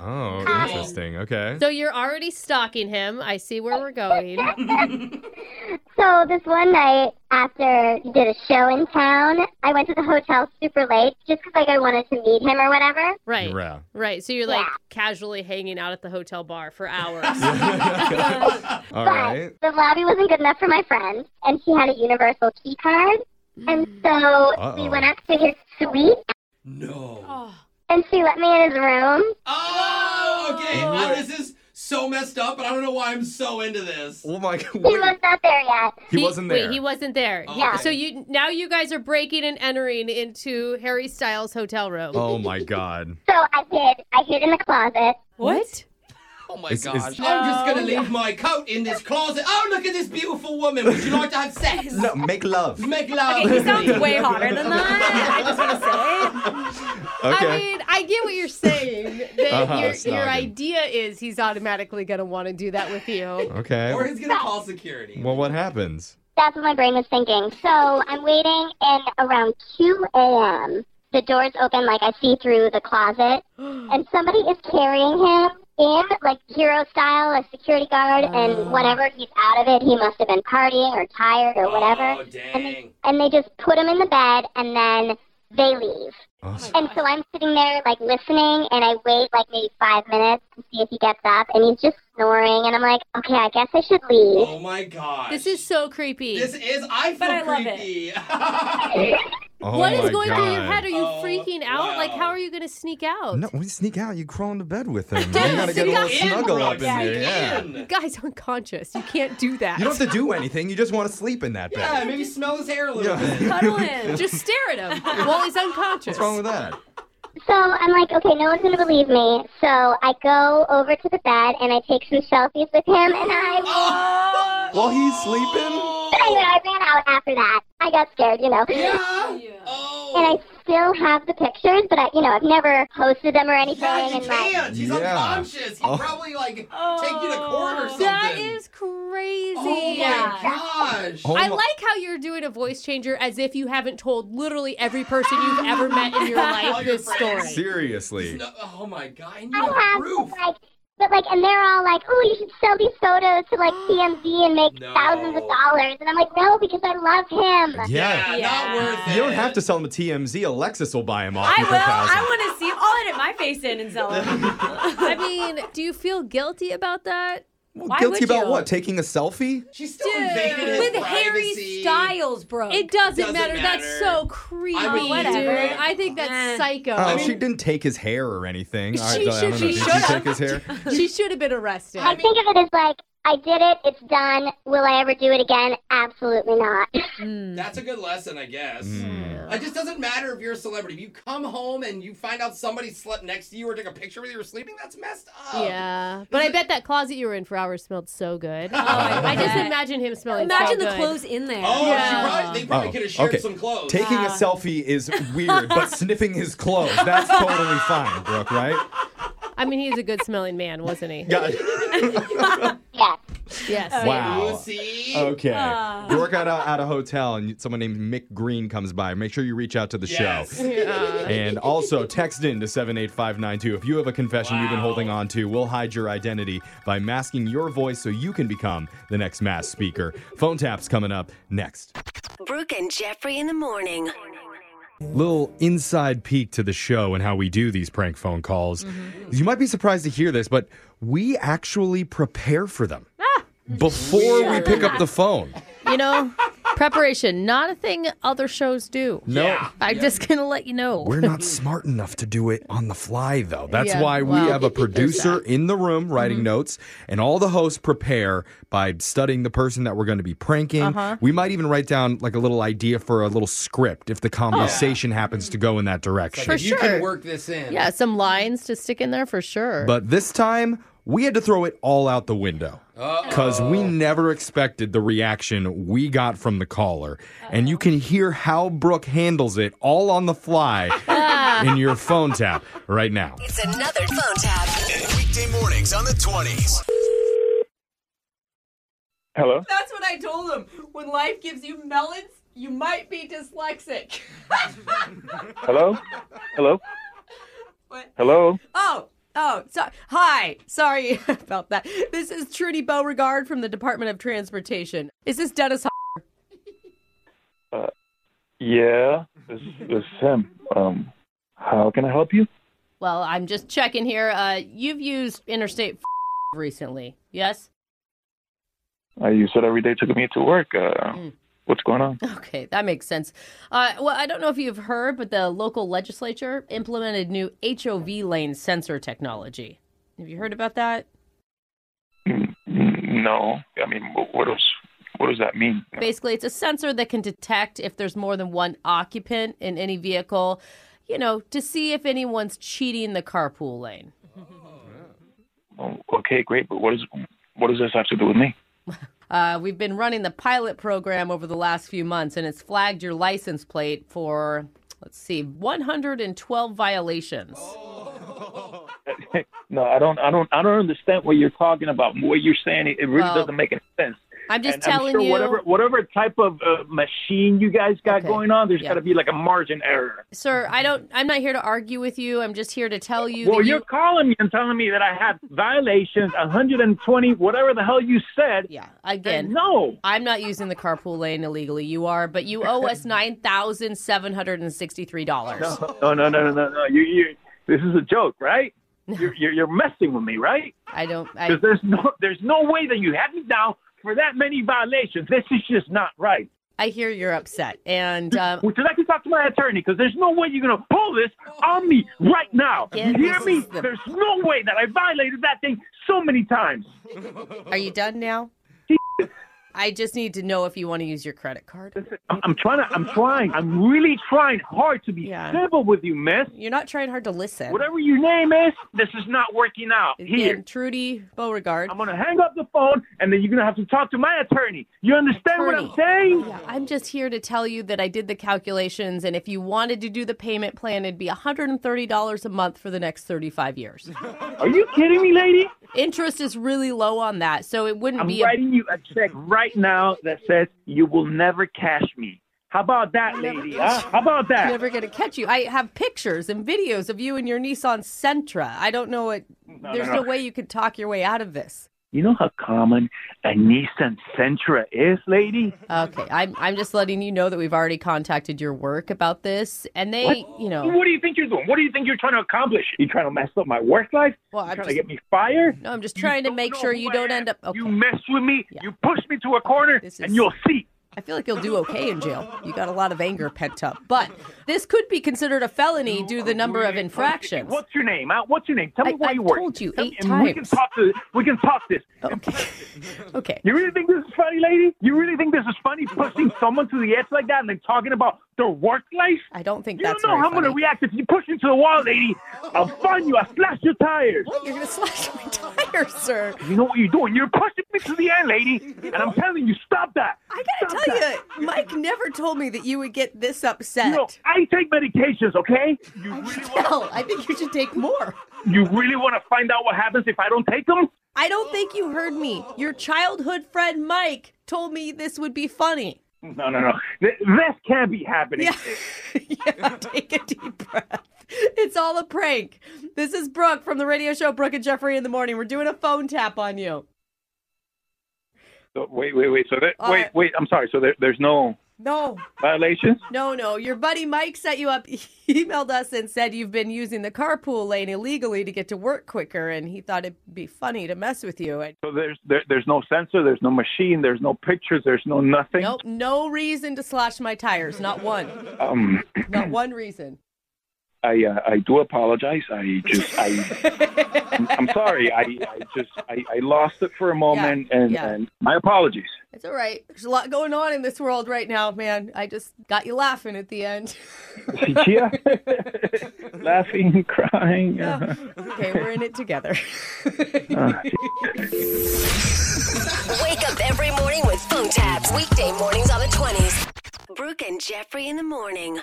[SPEAKER 3] Oh,
[SPEAKER 8] Hi.
[SPEAKER 3] interesting. Okay.
[SPEAKER 2] So you're already stalking him. I see where we're going.
[SPEAKER 8] So this one night after he did a show in town, I went to the hotel super late just 'cause like I wanted to meet him or whatever.
[SPEAKER 2] Right.
[SPEAKER 3] Yeah.
[SPEAKER 2] Right. So you're like
[SPEAKER 8] Yeah.
[SPEAKER 2] casually hanging out at the hotel bar for hours.
[SPEAKER 3] All
[SPEAKER 8] but
[SPEAKER 3] right.
[SPEAKER 8] the lobby wasn't good enough for my friend, and she had a universal key card, and so
[SPEAKER 3] Uh-oh.
[SPEAKER 8] we went up to his suite.
[SPEAKER 5] No.
[SPEAKER 4] Oh.
[SPEAKER 8] And she let me in his room.
[SPEAKER 5] Oh, okay.
[SPEAKER 3] Oh.
[SPEAKER 5] I- this is so messed up, and I don't know why I'm so into this.
[SPEAKER 3] Oh my
[SPEAKER 8] He
[SPEAKER 3] god.
[SPEAKER 8] was not there yet.
[SPEAKER 3] He wasn't there.
[SPEAKER 2] Wait, he wasn't there.
[SPEAKER 5] Oh,
[SPEAKER 2] Yeah.
[SPEAKER 5] okay.
[SPEAKER 2] So you now you guys are breaking and entering into Harry Styles' hotel room.
[SPEAKER 3] Oh my god.
[SPEAKER 8] So I hid. I hid in the closet.
[SPEAKER 2] What?
[SPEAKER 5] Oh my
[SPEAKER 3] It's-
[SPEAKER 5] gosh.
[SPEAKER 3] it's-
[SPEAKER 5] I'm just gonna leave my coat in this closet. Oh, look at this beautiful woman. Would you like to have sex?
[SPEAKER 3] No, make love.
[SPEAKER 5] Make love.
[SPEAKER 4] Okay, he
[SPEAKER 5] please.
[SPEAKER 4] sounds way hotter than that. I just want to say.
[SPEAKER 3] Okay.
[SPEAKER 2] I mean, I get what you're saying. That
[SPEAKER 3] Uh-huh,
[SPEAKER 2] your,
[SPEAKER 3] it's
[SPEAKER 2] your
[SPEAKER 3] noggin.
[SPEAKER 2] idea is he's automatically going to want to do that with you.
[SPEAKER 3] okay.
[SPEAKER 5] Or he's gonna call security.
[SPEAKER 3] Well, what happens?
[SPEAKER 8] That's what my brain was thinking. So I'm waiting, and around 2 a.m., the doors open like I see through the closet,
[SPEAKER 10] Hmm.
[SPEAKER 8] and somebody is carrying him in, like hero style, a security guard, and whenever he's out of it, he must have been partying or tired or
[SPEAKER 5] Oh,
[SPEAKER 8] whatever.
[SPEAKER 5] dang.
[SPEAKER 8] And they just put him in the bed, and then they leave.
[SPEAKER 3] Awesome.
[SPEAKER 8] And so I'm sitting there, like, listening, and I wait, like, maybe five minutes to see if he gets up, and he's just snoring, and I'm like, okay, I guess I should leave.
[SPEAKER 5] Oh my gosh.
[SPEAKER 2] This is so creepy.
[SPEAKER 5] This is. I feel
[SPEAKER 4] But I love
[SPEAKER 5] creepy.
[SPEAKER 3] Oh
[SPEAKER 2] what is
[SPEAKER 3] my
[SPEAKER 2] going through your
[SPEAKER 3] God.
[SPEAKER 2] head? Are you
[SPEAKER 5] Oh,
[SPEAKER 2] freaking out? Like,
[SPEAKER 5] wow.
[SPEAKER 2] how are you going to sneak out?
[SPEAKER 3] No, when you sneak out, you crawl into bed with him. you
[SPEAKER 2] Dude,
[SPEAKER 3] gotta get a little
[SPEAKER 2] sneak out in,
[SPEAKER 3] snuggle up in
[SPEAKER 5] Brooks,
[SPEAKER 3] there.
[SPEAKER 5] sneak
[SPEAKER 3] Yeah.
[SPEAKER 5] in.
[SPEAKER 2] The guy's unconscious. You can't do that.
[SPEAKER 3] You don't have to do anything. You just want to sleep in that
[SPEAKER 5] Yeah,
[SPEAKER 3] bed.
[SPEAKER 5] maybe smell his hair a little
[SPEAKER 3] Yeah.
[SPEAKER 5] bit.
[SPEAKER 4] Cuddle him.
[SPEAKER 2] Just stare at him while he's unconscious.
[SPEAKER 3] What's wrong with that?
[SPEAKER 8] So I'm like, okay, no one's gonna believe me. So I go over to the bed and I take some selfies with him, and I,
[SPEAKER 5] Oh.
[SPEAKER 3] While he's sleeping?
[SPEAKER 8] anyway, I ran out after that. I got scared, you know.
[SPEAKER 5] Yeah.
[SPEAKER 8] And I
[SPEAKER 5] Oh.
[SPEAKER 8] still have the pictures, but I, you know, I've never posted them or anything.
[SPEAKER 5] Yeah, you
[SPEAKER 8] and like,
[SPEAKER 5] can't. He's
[SPEAKER 3] Yeah.
[SPEAKER 5] unconscious. He'll
[SPEAKER 3] Oh.
[SPEAKER 5] probably like take you to court or something.
[SPEAKER 2] Oh. That is crazy.
[SPEAKER 5] Oh my gosh.
[SPEAKER 3] Oh
[SPEAKER 2] I
[SPEAKER 3] my-
[SPEAKER 2] like how you're doing a voice changer as if you haven't told literally every person you've ever met in your
[SPEAKER 5] All
[SPEAKER 2] life
[SPEAKER 5] your
[SPEAKER 2] this
[SPEAKER 5] friends.
[SPEAKER 2] story.
[SPEAKER 3] Seriously.
[SPEAKER 5] No- oh my god. I need
[SPEAKER 8] I have
[SPEAKER 5] proof.
[SPEAKER 8] like, but like, and they're all like, oh, you should sell these photos to like TMZ and make
[SPEAKER 5] No.
[SPEAKER 8] thousands of dollars. And I'm like, no, because I love him.
[SPEAKER 3] Yeah.
[SPEAKER 5] Yeah, not
[SPEAKER 4] Yeah.
[SPEAKER 5] worth it.
[SPEAKER 3] You don't have to sell him a TMZ. Alexis will buy him off
[SPEAKER 4] I
[SPEAKER 3] you
[SPEAKER 4] will.
[SPEAKER 3] for a thousand.
[SPEAKER 4] I want to see him. I'll edit my face in and sell him.
[SPEAKER 2] I mean, do you feel guilty about that?
[SPEAKER 3] Well,
[SPEAKER 4] Why
[SPEAKER 3] guilty
[SPEAKER 4] would
[SPEAKER 3] about
[SPEAKER 4] you?
[SPEAKER 3] what? Taking a selfie?
[SPEAKER 5] She still invaded his
[SPEAKER 4] With Harry
[SPEAKER 5] privacy.
[SPEAKER 4] Styles, bro.
[SPEAKER 2] It doesn't,
[SPEAKER 5] Doesn't
[SPEAKER 2] matter. That's
[SPEAKER 5] matter.
[SPEAKER 2] so creepy,
[SPEAKER 5] I would
[SPEAKER 2] dude.
[SPEAKER 4] whatever.
[SPEAKER 2] I think that's
[SPEAKER 4] Eh.
[SPEAKER 2] psycho.
[SPEAKER 3] Oh, she didn't take his hair or anything. All right,
[SPEAKER 2] She
[SPEAKER 3] I don't
[SPEAKER 2] should-
[SPEAKER 3] know.
[SPEAKER 2] she
[SPEAKER 3] Did
[SPEAKER 2] should
[SPEAKER 3] she take his hair?
[SPEAKER 2] she should have been arrested.
[SPEAKER 8] I think of it as like I did it. It's done. Will I ever do it again? Absolutely not.
[SPEAKER 2] Mm.
[SPEAKER 5] That's a good lesson, I guess. It just doesn't matter if you're a celebrity. If you come home and you find out somebody slept next to you or took a picture with you or sleeping, that's messed up.
[SPEAKER 2] Yeah, but I bet that closet you were in for hours smelled so good.
[SPEAKER 4] I
[SPEAKER 2] I just
[SPEAKER 4] bet.
[SPEAKER 2] imagine him smelling.
[SPEAKER 4] Imagine
[SPEAKER 2] so
[SPEAKER 4] the
[SPEAKER 2] good.
[SPEAKER 4] clothes in there.
[SPEAKER 5] Oh, she
[SPEAKER 2] Yeah.
[SPEAKER 5] probably, they probably
[SPEAKER 3] Oh,
[SPEAKER 5] could have shared
[SPEAKER 3] okay.
[SPEAKER 5] some clothes.
[SPEAKER 3] Taking a
[SPEAKER 2] Ah.
[SPEAKER 3] selfie is weird, but sniffing his clothes, that's totally fine, Brooke, right?
[SPEAKER 2] I mean, he's a good smelling man, wasn't he?
[SPEAKER 3] God.
[SPEAKER 8] Yes.
[SPEAKER 2] Yes.
[SPEAKER 5] You
[SPEAKER 3] Wow.
[SPEAKER 5] Oh, see?
[SPEAKER 3] Okay. You work out at a hotel and someone named Mick Green comes by. Make sure you reach out to the
[SPEAKER 5] Yes.
[SPEAKER 3] show. And also text in to 78592 if you have a confession you've been
[SPEAKER 5] Wow.
[SPEAKER 3] holding on to. We'll hide your identity by masking your voice so you can become the next mass speaker. Phone taps coming up next.
[SPEAKER 7] Brooke and Jeffrey in the morning.
[SPEAKER 3] Little inside peek to the show and how we do these prank phone calls. You might be surprised to hear this, but we actually prepare for them
[SPEAKER 2] Ah.
[SPEAKER 3] before we pick up the phone.
[SPEAKER 2] You know, preparation, not a thing other shows do.
[SPEAKER 3] No.
[SPEAKER 2] I'm just going to let you know.
[SPEAKER 3] We're not smart enough to do it on the fly, though. That's
[SPEAKER 2] Yeah,
[SPEAKER 3] why we
[SPEAKER 2] well,
[SPEAKER 3] have a
[SPEAKER 2] there's Mm-hmm.
[SPEAKER 3] producer in the room writing notes, and all the hosts prepare by studying the person that we're going to be pranking.
[SPEAKER 2] Uh-huh.
[SPEAKER 3] We might even write down like a little idea for a little script
[SPEAKER 2] Oh,
[SPEAKER 3] if the conversation happens to go in that direction.
[SPEAKER 5] If you
[SPEAKER 2] sure.
[SPEAKER 5] can work this in.
[SPEAKER 2] yeah, some lines to stick in there for sure.
[SPEAKER 3] But this time, we had to throw it all out the window because we never expected the reaction we got from the caller. And you can hear how Brooke handles it all on the fly in your phone tap right now.
[SPEAKER 7] It's another phone tap.
[SPEAKER 11] Weekday mornings on the 20s.
[SPEAKER 6] Hello.
[SPEAKER 12] That's what I told him. When life gives you melons, you might be dyslexic.
[SPEAKER 6] Hello. Hello.
[SPEAKER 12] What?
[SPEAKER 6] Hello.
[SPEAKER 12] Oh, oh, so, hi. Sorry about that. This is Trudy Beauregard from the Department of Transportation. Is this Dennis? Ho-
[SPEAKER 11] Uh, Yeah, this, this is him. Um, how can I help you?
[SPEAKER 2] well, I'm just checking here. Uh, you've used Interstate recently, yes?
[SPEAKER 11] I use it Uh, every day to commute to work. Uh, What's going on?
[SPEAKER 2] Okay, that makes sense. Uh, well, I don't know if you've heard, but the local legislature implemented new HOV lane sensor technology. Have you heard about that?
[SPEAKER 11] Mm, No, I mean, wh- what does what does that mean?
[SPEAKER 2] Basically, it's a sensor that can detect if there's more than one occupant in any vehicle, you know, to see if anyone's cheating the carpool lane.
[SPEAKER 11] Oh, Okay, great, but what is what does this have to do with me?
[SPEAKER 2] Uh, we've been running the pilot program over the last few months, and it's flagged your license plate for, let's see, 112 violations.
[SPEAKER 11] Oh. No, I don't, I don't, I don't understand what you're talking about. What you're saying, it really
[SPEAKER 2] Well,
[SPEAKER 11] doesn't make any sense.
[SPEAKER 2] I'm just
[SPEAKER 11] And
[SPEAKER 2] telling
[SPEAKER 11] sure
[SPEAKER 2] you.
[SPEAKER 11] whatever whatever type of uh, machine you guys got
[SPEAKER 2] Okay.
[SPEAKER 11] going on, there's
[SPEAKER 2] Yeah.
[SPEAKER 11] got to be like a margin error.
[SPEAKER 2] Sir, I don't. I'm not here to argue with you. I'm just here to tell you.
[SPEAKER 11] Well,
[SPEAKER 2] that
[SPEAKER 11] you're calling me and telling me that I have violations, 120, whatever the hell you said.
[SPEAKER 2] Yeah.
[SPEAKER 11] And
[SPEAKER 2] Again,
[SPEAKER 11] no,
[SPEAKER 2] I'm not using the carpool lane illegally. You are, but you owe us nine thousand seven hundred and sixty-three dollars.
[SPEAKER 11] no, no, no, no, no, no. You, you, this is a joke, right? You're, you're, you're messing with me, right?
[SPEAKER 2] I don't. I,
[SPEAKER 11] Because there's no, there's no way that you have me down for that many violations. This is just not right.
[SPEAKER 2] I hear you're upset, and um,
[SPEAKER 11] Would you like to talk to my attorney? Because there's no way you're gonna pull this on me right now.
[SPEAKER 2] Yeah,
[SPEAKER 11] you hear
[SPEAKER 2] this
[SPEAKER 11] me?
[SPEAKER 2] is the-
[SPEAKER 11] There's no way that I violated that thing so many times.
[SPEAKER 2] are you done now? I just need to know if you want to use your credit card.
[SPEAKER 11] I'm, I'm trying to. I'm trying. I'm really trying hard to be
[SPEAKER 2] Yeah.
[SPEAKER 11] civil with you, miss.
[SPEAKER 2] You're not trying hard to listen.
[SPEAKER 11] Whatever your name is, this is not working out. Here,
[SPEAKER 2] Again, Trudy Beauregard.
[SPEAKER 11] I'm gonna hang up the phone, and then you're gonna have to talk to my attorney. You understand what I'm
[SPEAKER 2] Attorney.
[SPEAKER 11] saying?
[SPEAKER 2] Yeah, I'm just here to tell you that I did the calculations, and if you wanted to do the payment plan, it'd be $130 a month for the next 35 years.
[SPEAKER 11] Are you kidding me, lady?
[SPEAKER 2] Interest is really low on that, so it wouldn't
[SPEAKER 11] I'm
[SPEAKER 2] be. A,
[SPEAKER 11] writing you a check right now that says you will never cash me. How about that, lady? Huh? How about that?
[SPEAKER 2] never going to catch you. I have pictures and videos of you and your Nissan Sentra. I don't know what. there's
[SPEAKER 11] no.
[SPEAKER 2] no, way you could talk your way out of this.
[SPEAKER 11] You know how common a Nissan Sentra is, lady?
[SPEAKER 2] Okay, I'm I'm just letting you know that we've already contacted your work about this, and they, you know,
[SPEAKER 11] What do you think you're doing? What do you think you're trying to accomplish? You trying to mess up my work life?
[SPEAKER 2] Well,
[SPEAKER 11] you
[SPEAKER 2] I'm
[SPEAKER 11] trying to get
[SPEAKER 2] just-
[SPEAKER 11] me fired?
[SPEAKER 2] no, I'm just
[SPEAKER 11] You
[SPEAKER 2] trying to
[SPEAKER 11] don't
[SPEAKER 2] make
[SPEAKER 11] know
[SPEAKER 2] sure
[SPEAKER 11] who
[SPEAKER 2] you
[SPEAKER 11] I
[SPEAKER 2] don't
[SPEAKER 11] am.
[SPEAKER 2] end up. Okay,
[SPEAKER 11] You mess with me,
[SPEAKER 2] Yeah.
[SPEAKER 11] you push me to a corner,
[SPEAKER 2] this is-
[SPEAKER 11] and you'll see.
[SPEAKER 2] I feel like you'll do okay in jail. You got a lot of anger pent up. But this could be considered a felony due to the number of infractions.
[SPEAKER 11] What's your name? Huh? What's your name? Tell me
[SPEAKER 2] I-
[SPEAKER 11] where
[SPEAKER 2] I
[SPEAKER 11] you work.
[SPEAKER 2] told you
[SPEAKER 11] Tell me-
[SPEAKER 2] eight
[SPEAKER 11] and We can
[SPEAKER 2] times.
[SPEAKER 11] talk to. We can talk this.
[SPEAKER 2] Okay.
[SPEAKER 11] You really think this is funny, lady? You really think this is funny pushing someone to the edge like that and then talking about their work life?
[SPEAKER 2] I don't think
[SPEAKER 11] you
[SPEAKER 2] that's
[SPEAKER 11] don't know
[SPEAKER 2] very
[SPEAKER 11] how I'm gonna
[SPEAKER 2] funny.
[SPEAKER 11] react if you push me to the wall, lady. I'll find you. I'll slash your tires.
[SPEAKER 2] You're gonna slash my tires, sir.
[SPEAKER 11] You know what you're doing. You're pushing me to the end, lady. And I'm telling you, stop that.
[SPEAKER 2] I gotta tell you, Mike never told me that you would get this upset.
[SPEAKER 11] You know, I take medications, okay? You,
[SPEAKER 2] I can tell. I think you should take more.
[SPEAKER 11] you really want to find out what happens if I don't take them?
[SPEAKER 2] I don't think you heard me. Your childhood friend Mike told me this would be funny.
[SPEAKER 11] No, no, no. Th- This can't be happening.
[SPEAKER 2] Yeah. yeah, take a deep breath. It's all a prank. This is Brooke from the radio show Brooke and Jeffrey in the Morning. We're doing a phone tap on you.
[SPEAKER 11] So, wait, wait, wait. So that,
[SPEAKER 2] All
[SPEAKER 11] wait,
[SPEAKER 2] right.
[SPEAKER 11] wait. I'm sorry. So there, there's no
[SPEAKER 2] No,
[SPEAKER 11] violations.
[SPEAKER 2] no, no. Your buddy Mike set you up, He emailed us, and said you've been using the carpool lane illegally to get to work quicker, and he thought it'd be funny to mess with you. And
[SPEAKER 11] So there's there, there's no sensor. There's no machine. There's no pictures. There's no nothing.
[SPEAKER 2] nope, no reason to slash my tires. Not one.
[SPEAKER 11] Um,
[SPEAKER 2] Not one reason.
[SPEAKER 11] I uh, I do apologize. I just I I'm- I'm sorry. I, I just I, I lost it for a moment, and,
[SPEAKER 2] yeah.
[SPEAKER 11] and my apologies.
[SPEAKER 2] It's all right. There's a lot going on in this world right now, man. I just got you laughing at the end.
[SPEAKER 11] Yeah. Laughing, crying. Uh,
[SPEAKER 2] Yeah. Okay, we're in it together.
[SPEAKER 7] Wake up every morning with phone taps. Weekday mornings on the 20s. Brooke and Jeffrey in the morning.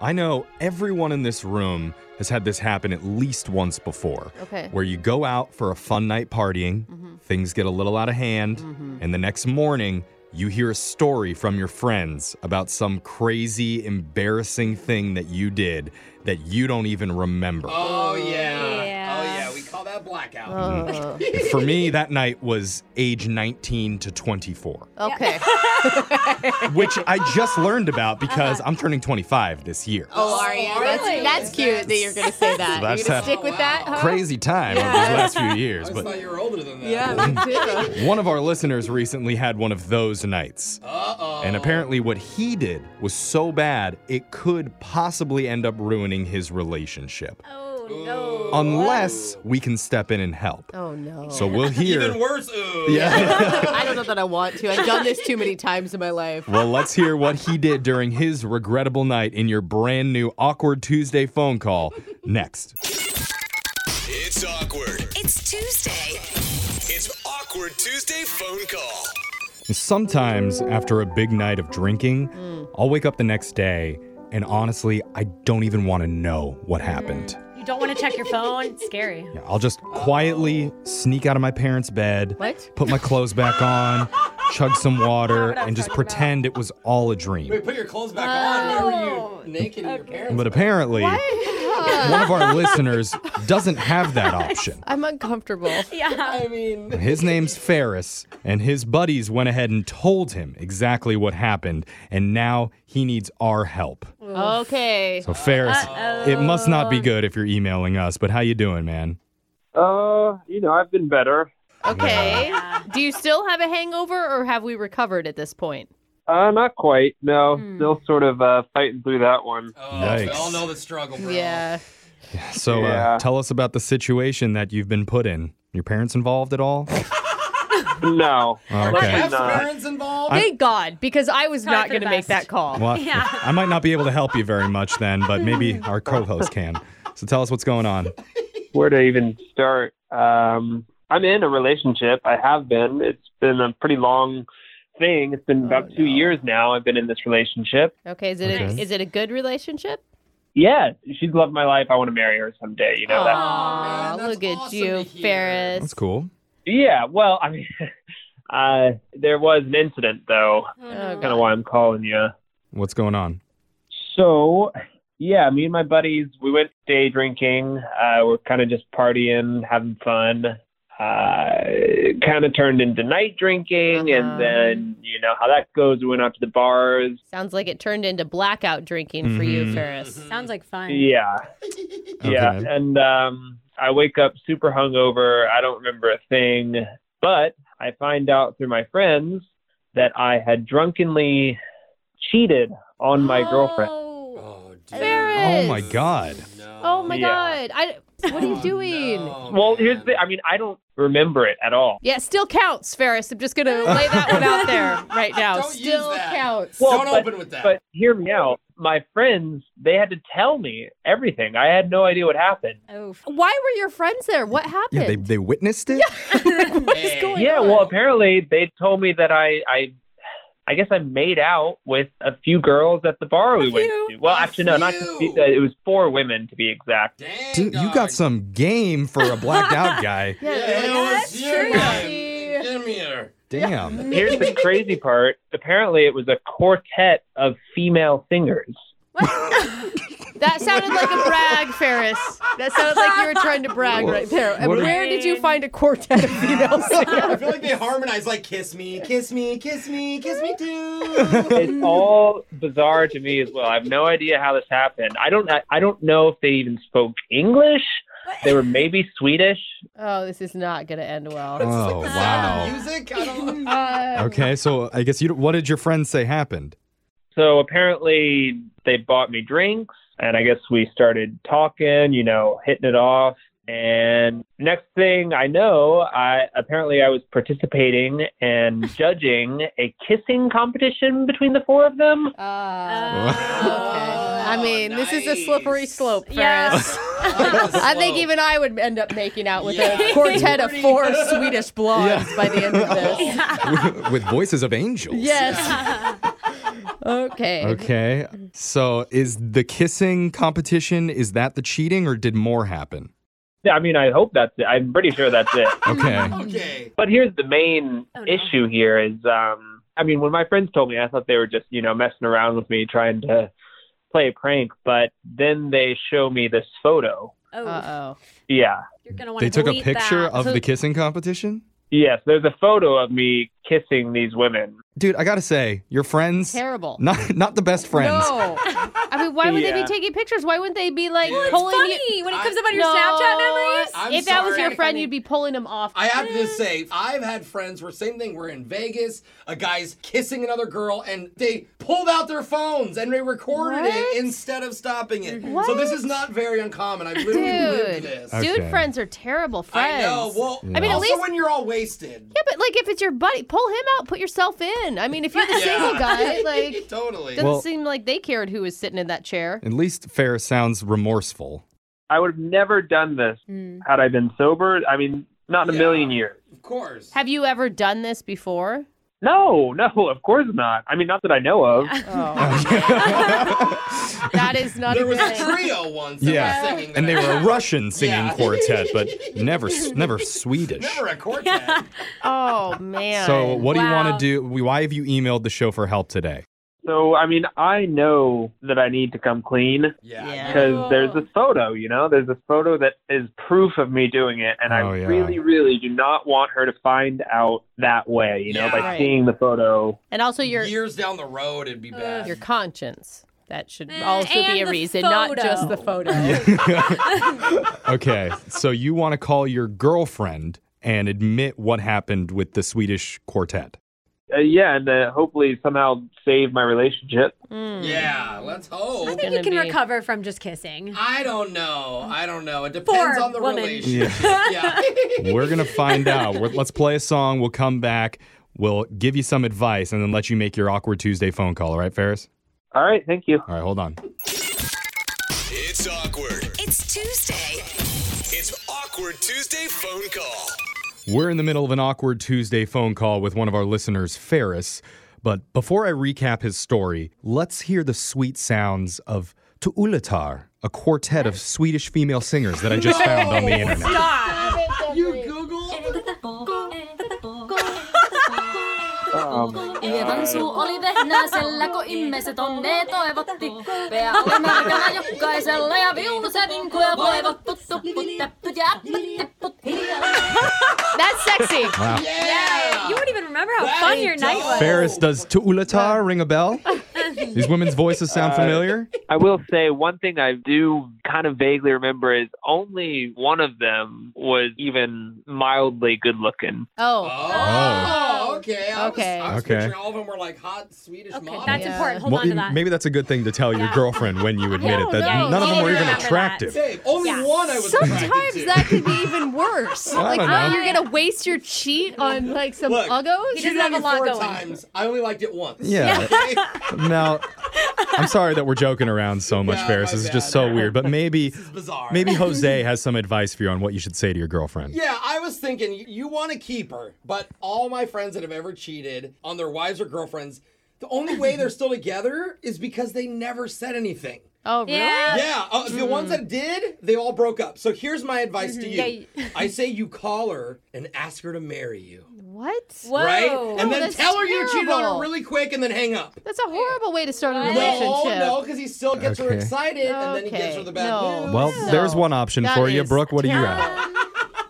[SPEAKER 3] I know everyone in this room has had this happen at least once before.
[SPEAKER 7] Okay.
[SPEAKER 3] Where you go out for a fun night partying, things get a little out of hand, and the next morning, you hear a story from your friends about some crazy, embarrassing thing that you did that you don't even remember.
[SPEAKER 5] Oh yeah. Oh yeah. We call that blackout.
[SPEAKER 3] Uh, For me, that night was age 19 to 24,
[SPEAKER 2] Okay.
[SPEAKER 3] which I just learned about because I'm turning 25 this year.
[SPEAKER 2] Oh, Aria,
[SPEAKER 13] Really?
[SPEAKER 2] that's, that's cute that you're going to say that.
[SPEAKER 3] That's
[SPEAKER 2] you're going
[SPEAKER 3] hap-
[SPEAKER 2] to stick with that, huh?
[SPEAKER 3] Crazy time
[SPEAKER 2] Yeah.
[SPEAKER 3] over the last few years, but
[SPEAKER 5] You were older than that.
[SPEAKER 2] Yeah, me too.
[SPEAKER 3] One of our listeners recently had one of those nights. Uh-oh. And apparently, what he did was so bad, it could possibly end up ruining his relationship.
[SPEAKER 4] Oh no.
[SPEAKER 3] Unless we can step in and help.
[SPEAKER 2] Oh, no.
[SPEAKER 3] So we'll hear.
[SPEAKER 5] Even worse. Ooh.
[SPEAKER 3] Yeah.
[SPEAKER 2] I don't know that I want to. I've done this too many times in my life.
[SPEAKER 3] well, let's hear what he did during his regrettable night in your brand new Awkward Tuesday phone call next.
[SPEAKER 14] It's awkward.
[SPEAKER 7] It's Tuesday.
[SPEAKER 14] It's awkward Tuesday phone call.
[SPEAKER 3] Sometimes after a big night of drinking, I'll wake up the next day and honestly, I don't even want to know what happened.
[SPEAKER 4] You don't want to check your phone. It's scary.
[SPEAKER 3] Yeah, I'll just quietly sneak out of my parents' bed,
[SPEAKER 4] What?
[SPEAKER 3] put my clothes back on, chug some water, and just pretend it was all a dream.
[SPEAKER 5] Wait, put your clothes back on. Why were you naked in your parents?
[SPEAKER 3] But apparently, one of our listeners doesn't have that option.
[SPEAKER 2] I'm uncomfortable.
[SPEAKER 4] Yeah. I
[SPEAKER 5] mean,
[SPEAKER 3] His name's Ferris, and his buddies went ahead and told him exactly what happened, and now he needs our help.
[SPEAKER 2] Okay.
[SPEAKER 3] So Ferris, it must not be good if you're emailing us, but how you doing, man?
[SPEAKER 15] Uh, you know, I've been better.
[SPEAKER 2] Okay. Do you still have a hangover or have we recovered at this point?
[SPEAKER 15] Uh, not quite. No, still sort of uh, fighting through that one.
[SPEAKER 5] We all know the struggle, bro.
[SPEAKER 2] Yeah.
[SPEAKER 3] So uh, tell us about the situation that you've been put in. Your parents involved at all? Oh,
[SPEAKER 15] no.
[SPEAKER 5] Jeff's
[SPEAKER 3] Okay.
[SPEAKER 5] parents involved?
[SPEAKER 3] I'm-
[SPEAKER 2] Thank God, because I was
[SPEAKER 4] Sorry
[SPEAKER 2] not
[SPEAKER 4] for the
[SPEAKER 2] going to make
[SPEAKER 4] best.
[SPEAKER 2] that call.
[SPEAKER 3] Well, I might not be able to help you very much then, but maybe our co-host can. So tell us what's going on.
[SPEAKER 15] Where to even start? Um, I'm in a relationship. I have been. It's been a pretty long thing. It's been about two years now. I've been in this relationship.
[SPEAKER 2] Okay. Is it
[SPEAKER 15] Okay.
[SPEAKER 2] A, is it a good relationship?
[SPEAKER 15] Yeah, she's loved my life. I want to marry her someday. You know that.
[SPEAKER 2] Aw, Oh, look at you, Ferris. That's
[SPEAKER 3] cool.
[SPEAKER 15] Yeah. Well, I mean, uh, there was an incident though. That's kind of why I'm calling you.
[SPEAKER 3] What's going on?
[SPEAKER 15] So, yeah, me and my buddies, we went day drinking. Uh, we're kind of just partying, having fun. Uh, it kind of turned into night drinking, and then you know how that goes. We went out to the bars.
[SPEAKER 2] Sounds like it turned into blackout drinking for you,
[SPEAKER 5] Mm-hmm.
[SPEAKER 15] Mhm.
[SPEAKER 2] Ferris. Sounds like fun.
[SPEAKER 15] Yeah, yeah, and um, I wake up super hungover. I don't remember a thing, but I find out through my friends that I had drunkenly cheated on my girlfriend.
[SPEAKER 4] Ferris.
[SPEAKER 3] Oh my god.
[SPEAKER 4] Oh my god. I what are
[SPEAKER 5] Oh,
[SPEAKER 4] you doing?
[SPEAKER 15] Well, here's the I mean, I don't remember it at all.
[SPEAKER 2] Yeah, still counts, Ferris. I'm just going to lay that one out there right now. still counts.
[SPEAKER 15] but, But hear me out. My friends, they had to tell me everything. I had no idea what happened.
[SPEAKER 2] Oh. Why were your friends there? What happened?
[SPEAKER 3] Yeah, they, they witnessed it?
[SPEAKER 15] yeah, well, apparently they told me that I, I, I guess I made out with a few girls at the bar we went to. Well, actually, no, not just few, uh, it was four women to be exact.
[SPEAKER 3] Dude, you got some game for a blacked out guy.
[SPEAKER 5] that's true. Give me her.
[SPEAKER 3] Damn.
[SPEAKER 15] Here's the crazy part. Apparently, it was a quartet of female singers.
[SPEAKER 2] That sounded like a brag, Ferris. That sounded like you were trying to brag right there. And
[SPEAKER 5] What a-
[SPEAKER 2] where did you find a quartet of female
[SPEAKER 5] I
[SPEAKER 2] singers?
[SPEAKER 5] feel like they harmonize like "Kiss me, kiss me, kiss me, kiss me too."
[SPEAKER 15] it's all bizarre to me as well. I have no idea how this happened. I don't. I, I don't know if they even spoke English. They were maybe Swedish.
[SPEAKER 2] Oh, this is not going to end well. Uh,
[SPEAKER 3] Oh, wow.
[SPEAKER 5] Music? I don't know.
[SPEAKER 3] Okay, so I guess you what did your friends say happened?
[SPEAKER 15] So apparently they bought me drinks, and I guess we started talking. You know, hitting it off. And next thing I know, I apparently I was participating and judging a kissing competition between the four of them.
[SPEAKER 4] Oh,
[SPEAKER 2] I mean, this is a slippery slope, Ferris. I think even I would end up making out with a
[SPEAKER 12] Yeah.
[SPEAKER 2] quartet of four
[SPEAKER 12] Pretty-
[SPEAKER 2] Swedish blondes
[SPEAKER 3] Yeah.
[SPEAKER 2] by the end of this.
[SPEAKER 3] With voices of angels.
[SPEAKER 2] Yes. okay.
[SPEAKER 3] Okay. So is the kissing competition is that the cheating or did more happen?
[SPEAKER 15] Yeah, I mean, I hope that's it. I'm pretty sure that's it.
[SPEAKER 3] Okay.
[SPEAKER 5] okay.
[SPEAKER 15] But here's the main issue here is, um, I mean, when my friends told me, I thought they were just, you know, messing around with me, trying to play a prank. But then they show me this photo.
[SPEAKER 2] Uh oh.
[SPEAKER 15] Yeah.
[SPEAKER 4] You're gonna want
[SPEAKER 3] They
[SPEAKER 4] to
[SPEAKER 3] took a picture of the kissing competition?
[SPEAKER 15] Yes, there's a photo of me kissing these women.
[SPEAKER 3] Dude, I got to say, your friends
[SPEAKER 2] Terrible.
[SPEAKER 3] Not not the best friends.
[SPEAKER 2] No. I mean, why would they
[SPEAKER 3] Yeah.
[SPEAKER 2] be taking pictures? Why wouldn't they be like
[SPEAKER 4] Well, it's
[SPEAKER 2] pulling
[SPEAKER 4] funny
[SPEAKER 2] you?
[SPEAKER 4] when it comes up on your Snapchat memories.
[SPEAKER 2] I-
[SPEAKER 5] I'm
[SPEAKER 2] if that was
[SPEAKER 5] sorry.
[SPEAKER 2] your friend, you'd be pulling him off.
[SPEAKER 5] I have to say, I've had friends where same thing. We're in Vegas, a guy's kissing another girl, and they pulled out their phones and they recorded
[SPEAKER 2] What?
[SPEAKER 5] it instead of stopping it. So this is not very uncommon. I've
[SPEAKER 2] Dude,
[SPEAKER 5] literally lived this.
[SPEAKER 2] dude, friends are terrible
[SPEAKER 5] I
[SPEAKER 2] friends.
[SPEAKER 5] know. Well,
[SPEAKER 2] I mean, at
[SPEAKER 5] also
[SPEAKER 2] least
[SPEAKER 5] when you're all wasted.
[SPEAKER 2] yeah, but like if it's your buddy, pull him out, put yourself in. I mean, if you're the
[SPEAKER 5] Yeah.
[SPEAKER 2] single guy, like
[SPEAKER 5] totally.
[SPEAKER 2] doesn't
[SPEAKER 3] Well-
[SPEAKER 2] seem like they cared who was sitting in that chair.
[SPEAKER 3] At least Ferris sounds remorseful.
[SPEAKER 15] I would have never done this had I been sober. I mean, not in a million years.
[SPEAKER 5] Of course.
[SPEAKER 2] Have you ever done this before?
[SPEAKER 15] No, no, of course not. I mean, not that I know of.
[SPEAKER 2] That is not
[SPEAKER 5] There
[SPEAKER 2] a
[SPEAKER 5] was
[SPEAKER 2] good
[SPEAKER 5] a
[SPEAKER 2] thing.
[SPEAKER 5] trio once. that was
[SPEAKER 3] Yeah.
[SPEAKER 5] singing
[SPEAKER 3] And they
[SPEAKER 5] that.
[SPEAKER 3] were a Russian singing
[SPEAKER 5] Yeah.
[SPEAKER 3] quartet, but never never Swedish.
[SPEAKER 5] Never a quartet.
[SPEAKER 2] Oh man.
[SPEAKER 3] So what do you want to do? Why have you emailed the show for help today?
[SPEAKER 15] So I mean, I know that I need to come clean. Because there's this photo, you know, there's this photo that is proof of me doing it, and
[SPEAKER 3] Oh,
[SPEAKER 15] I
[SPEAKER 3] yeah.
[SPEAKER 15] really, really do not want her to find out that way, you know,
[SPEAKER 5] Yeah.
[SPEAKER 15] by
[SPEAKER 2] Right.
[SPEAKER 15] seeing the photo.
[SPEAKER 2] And also your
[SPEAKER 5] years down the road, it'd be bad.
[SPEAKER 2] your conscience. That should also
[SPEAKER 4] Eh, and
[SPEAKER 2] be a
[SPEAKER 4] the
[SPEAKER 2] reason, not just the photo.
[SPEAKER 3] Okay, so you want to call your girlfriend and admit what happened with the Swedish quartet.
[SPEAKER 15] Uh, yeah, and uh, hopefully somehow save my relationship.
[SPEAKER 2] Hmm.
[SPEAKER 5] Yeah, let's hope.
[SPEAKER 4] I think you can recover from just kissing.
[SPEAKER 5] I don't know. I don't know. It depends
[SPEAKER 4] Poor
[SPEAKER 5] on the
[SPEAKER 4] woman.
[SPEAKER 5] relationship. yeah.
[SPEAKER 3] We're going to find out. We're- let's play a song. We'll come back. We'll give you some advice and then let you make your awkward Tuesday phone call. All right, Ferris?
[SPEAKER 15] All right, thank you.
[SPEAKER 3] All right, hold on.
[SPEAKER 14] It's awkward.
[SPEAKER 7] It's Tuesday.
[SPEAKER 14] It's awkward Tuesday phone call.
[SPEAKER 3] We're in the middle of an awkward Tuesday phone call with one of our listeners, Ferris. But before I recap his story, let's hear the sweet sounds of Tuulatar, a quartet of Swedish female singers that I just found on the internet.
[SPEAKER 5] You Google.
[SPEAKER 3] Oh,
[SPEAKER 13] Suu oli vehnäisellä, kun ihmiset onnea toivotti. Pää oli märkänä jokaisella ja viunu se vinkuja voivottu. Tuppu, täppy, täppy, tippu.
[SPEAKER 2] That's sexy.
[SPEAKER 3] Wow.
[SPEAKER 4] You won't even remember how
[SPEAKER 13] That
[SPEAKER 4] fun
[SPEAKER 13] is
[SPEAKER 4] your night was.
[SPEAKER 3] Ferris, does Tuulatar ring a bell? These women's voices sound
[SPEAKER 15] Uh,
[SPEAKER 3] familiar?
[SPEAKER 15] I will say one thing I do kind of vaguely remember is only one of them was even mildly good looking.
[SPEAKER 2] Oh.
[SPEAKER 5] Oh, Okay. I was,
[SPEAKER 7] Okay.
[SPEAKER 5] I was
[SPEAKER 3] Okay.
[SPEAKER 5] picturing all of them were like hot Swedish models.
[SPEAKER 4] That's important. Hold
[SPEAKER 3] Well,
[SPEAKER 4] on to
[SPEAKER 3] you-
[SPEAKER 4] that.
[SPEAKER 3] Maybe that's a good thing to tell your girlfriend when you admit it. That
[SPEAKER 4] no,
[SPEAKER 3] none of
[SPEAKER 4] she
[SPEAKER 3] them were
[SPEAKER 4] didn't
[SPEAKER 3] even
[SPEAKER 4] remember that.
[SPEAKER 3] attractive.
[SPEAKER 5] Dave, only one I was attracted
[SPEAKER 2] Sometimes
[SPEAKER 5] to.
[SPEAKER 2] that could be even worse.
[SPEAKER 3] I
[SPEAKER 2] like
[SPEAKER 3] don't
[SPEAKER 2] now
[SPEAKER 3] know.
[SPEAKER 2] you're gonna waste your cheat on like some
[SPEAKER 5] Look,
[SPEAKER 2] uggos.
[SPEAKER 5] she dated me four times. I only liked it once.
[SPEAKER 3] Yeah.
[SPEAKER 5] Okay?
[SPEAKER 3] Now, I'm sorry that we're joking around so much,
[SPEAKER 5] No,
[SPEAKER 3] Ferris.
[SPEAKER 5] my
[SPEAKER 3] This is
[SPEAKER 5] bad.
[SPEAKER 3] just so weird. But maybe,
[SPEAKER 5] bizarre.
[SPEAKER 3] maybe Jose has some advice for you on what you should say to your girlfriend.
[SPEAKER 5] Yeah, I was thinking you, you want to keep her, but all my friends that have ever cheated on their wives or girlfriends, the only way they're still together is because they never said anything.
[SPEAKER 7] Oh, really?
[SPEAKER 5] Yeah, uh, the ones that did, they all broke up. So here's my advice to you. I say you call her and ask her to marry you.
[SPEAKER 2] What?
[SPEAKER 5] Right?
[SPEAKER 2] No,
[SPEAKER 5] and then
[SPEAKER 2] Oh, that's
[SPEAKER 5] tell her you cheated on
[SPEAKER 2] terrible. Hmm.
[SPEAKER 5] her really quick and then hang up.
[SPEAKER 2] That's a horrible way to start a relationship.
[SPEAKER 5] No, no, because he still gets her
[SPEAKER 3] Okay.
[SPEAKER 5] excited and then he gives her the bad
[SPEAKER 2] No.
[SPEAKER 5] news.
[SPEAKER 3] Well, there's one option
[SPEAKER 2] That
[SPEAKER 3] for you,
[SPEAKER 2] is
[SPEAKER 3] Brooke. What do you have?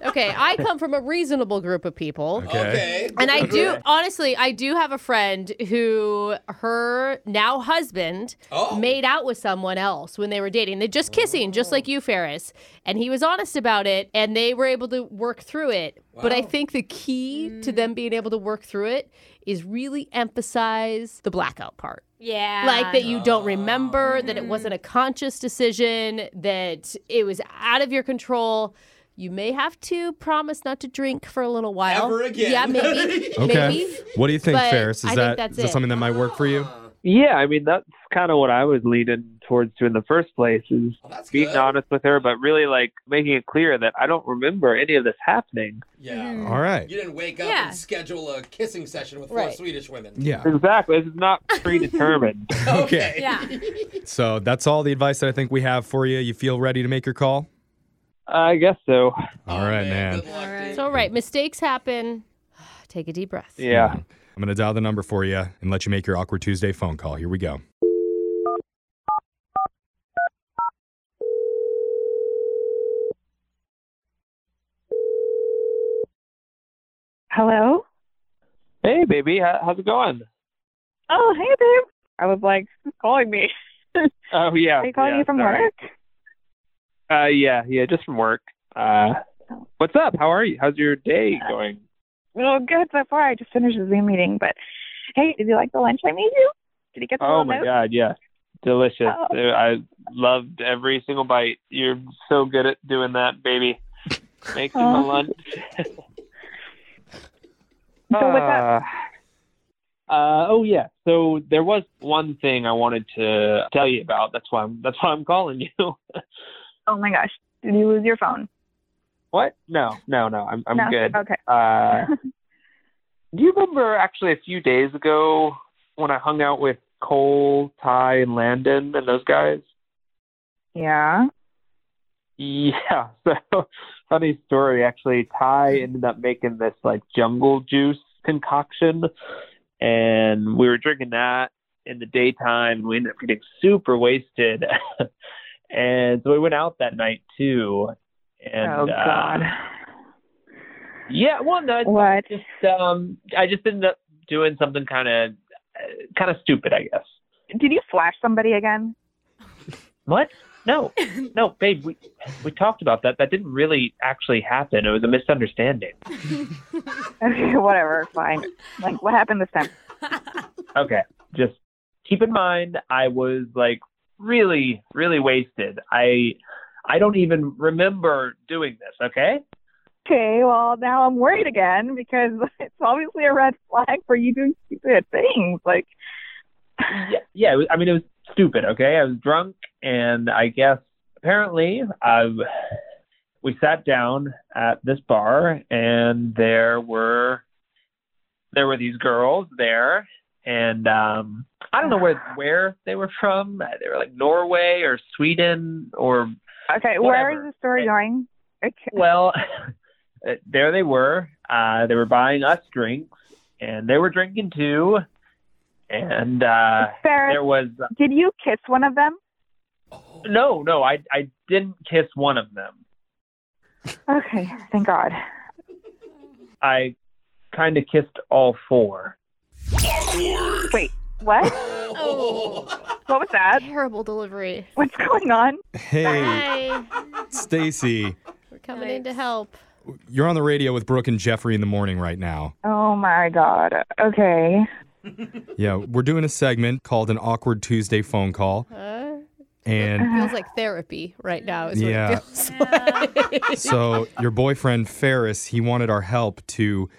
[SPEAKER 2] Okay, I come from a reasonable group of people.
[SPEAKER 3] Okay.
[SPEAKER 2] And I do, honestly, I do have a friend who her now husband
[SPEAKER 5] Oh.
[SPEAKER 2] made out with someone else when they were dating. They're just kissing, just like you, Ferris. And he was honest about it, and they were able to work through it. But I
[SPEAKER 7] Wow.
[SPEAKER 2] think the key to them being able to work through it is really emphasize the blackout part.
[SPEAKER 4] Yeah.
[SPEAKER 2] Like that you don't remember, that it wasn't
[SPEAKER 3] Mm-hmm.
[SPEAKER 2] a conscious decision, that it was out of your control. You may have to promise not to drink for a little while.
[SPEAKER 5] Ever again.
[SPEAKER 2] Yeah, maybe.
[SPEAKER 3] Okay.
[SPEAKER 2] Maybe.
[SPEAKER 3] What do you think,
[SPEAKER 2] But
[SPEAKER 3] Ferris?
[SPEAKER 2] I
[SPEAKER 3] Is
[SPEAKER 2] think
[SPEAKER 3] that
[SPEAKER 2] that's
[SPEAKER 3] is that
[SPEAKER 2] it.
[SPEAKER 3] something that might work for you?
[SPEAKER 15] Uh, Yeah, I mean that's kind of what I was leaning towards to in the first place is being honest with her, but really like making it clear that I don't remember any of this happening.
[SPEAKER 5] Yeah.
[SPEAKER 15] All right.
[SPEAKER 5] You didn't wake up and schedule a kissing session with four
[SPEAKER 15] Right.
[SPEAKER 5] Swedish women.
[SPEAKER 3] Yeah.
[SPEAKER 15] Exactly. This is not predetermined.
[SPEAKER 3] Okay.
[SPEAKER 5] Yeah.
[SPEAKER 3] So that's all the advice that I think we have for you. You feel ready to make your call?
[SPEAKER 15] I guess so.
[SPEAKER 3] All right, Oh, man.
[SPEAKER 2] It's all right. Mistakes happen. Take a deep breath.
[SPEAKER 3] Yeah. Hmm. I'm going to dial the number for you and let you make your Awkward Tuesday phone call. Here we go.
[SPEAKER 16] Hello.
[SPEAKER 15] Hey, baby, how, how's it going?
[SPEAKER 16] Oh, hey, babe. I was like, who's calling me?
[SPEAKER 15] Oh yeah.
[SPEAKER 16] Are you calling
[SPEAKER 15] yeah,
[SPEAKER 16] me from
[SPEAKER 15] sorry.
[SPEAKER 16] work?
[SPEAKER 15] Uh, yeah, yeah, just from work. Uh,
[SPEAKER 16] Oh.
[SPEAKER 15] what's up? How are you? How's your day
[SPEAKER 16] Uh,
[SPEAKER 15] going?
[SPEAKER 16] Well, good so far. I just finished a Zoom meeting, but hey, did you like the lunch I made you? Did you get the
[SPEAKER 15] Oh
[SPEAKER 16] little
[SPEAKER 15] my
[SPEAKER 16] note?
[SPEAKER 15] god, yeah, delicious.
[SPEAKER 16] Oh.
[SPEAKER 15] Uh, I loved every single bite. You're so good at doing that, baby. Makes me my
[SPEAKER 16] Oh.
[SPEAKER 15] lunch.
[SPEAKER 16] So what's up?
[SPEAKER 15] Uh, uh, oh yeah. So there was one thing I wanted to tell you about. That's why I'm. That's why I'm calling you.
[SPEAKER 16] Oh my gosh, did you lose your phone?
[SPEAKER 15] What? No, no, no. I'm I'm
[SPEAKER 16] No?
[SPEAKER 15] good.
[SPEAKER 16] Okay.
[SPEAKER 15] Uh, do you remember actually a few days ago when I hung out with Cole, Ty, and Landon and those guys?
[SPEAKER 16] Yeah.
[SPEAKER 15] Yeah. So funny story actually. Ty ended up making this like jungle juice concoction, and we were drinking that in the daytime. We ended up getting super wasted, and so we went out that night too. And
[SPEAKER 16] oh God.
[SPEAKER 15] Uh, yeah, well, no, it's
[SPEAKER 16] What?
[SPEAKER 15] just um, I just ended up doing something kind of, kind of stupid, I guess.
[SPEAKER 16] Did you flash somebody again?
[SPEAKER 15] What? No, no, babe, we we talked about that. That didn't really actually happen. It was a misunderstanding.
[SPEAKER 16] Okay, whatever. Fine. Like, what happened this time?
[SPEAKER 15] Okay, just keep in mind, I was like really, really wasted. I I don't even remember doing this. Okay.
[SPEAKER 16] Okay, well now I'm worried again because it's obviously a red flag for you doing stupid things. Like,
[SPEAKER 15] yeah, yeah. It was, I mean, it was stupid. Okay, I was drunk, and I guess apparently I we sat down at this bar, and there were there were these girls there, and um, I don't know where where they were from. They were like Norway or Sweden or
[SPEAKER 16] okay, where
[SPEAKER 15] Whatever.
[SPEAKER 16] is the story going? Okay.
[SPEAKER 15] well, uh, there they were. Uh, they were buying us drinks, and they were drinking too. And uh,
[SPEAKER 16] Sarah,
[SPEAKER 15] there was
[SPEAKER 16] Did you kiss one of them?
[SPEAKER 15] no, no. I I didn't kiss one of them.
[SPEAKER 16] Okay, thank God.
[SPEAKER 15] I kind of kissed all four.
[SPEAKER 16] Wait, what?
[SPEAKER 5] Oh.
[SPEAKER 16] What was that?
[SPEAKER 2] Terrible delivery.
[SPEAKER 16] What's going on?
[SPEAKER 3] Hey,
[SPEAKER 2] Hi.
[SPEAKER 3] Stacy,
[SPEAKER 2] We're coming in to help.
[SPEAKER 3] You're on the radio with Brooke and Jeffrey in the morning right now.
[SPEAKER 16] Oh my God. Okay.
[SPEAKER 3] Yeah, we're doing a segment called an awkward Tuesday phone call,
[SPEAKER 2] Uh,
[SPEAKER 3] and
[SPEAKER 2] feels like therapy right now. Is
[SPEAKER 3] Yeah.
[SPEAKER 2] what it feels like.
[SPEAKER 3] so your boyfriend Ferris, he wanted our help to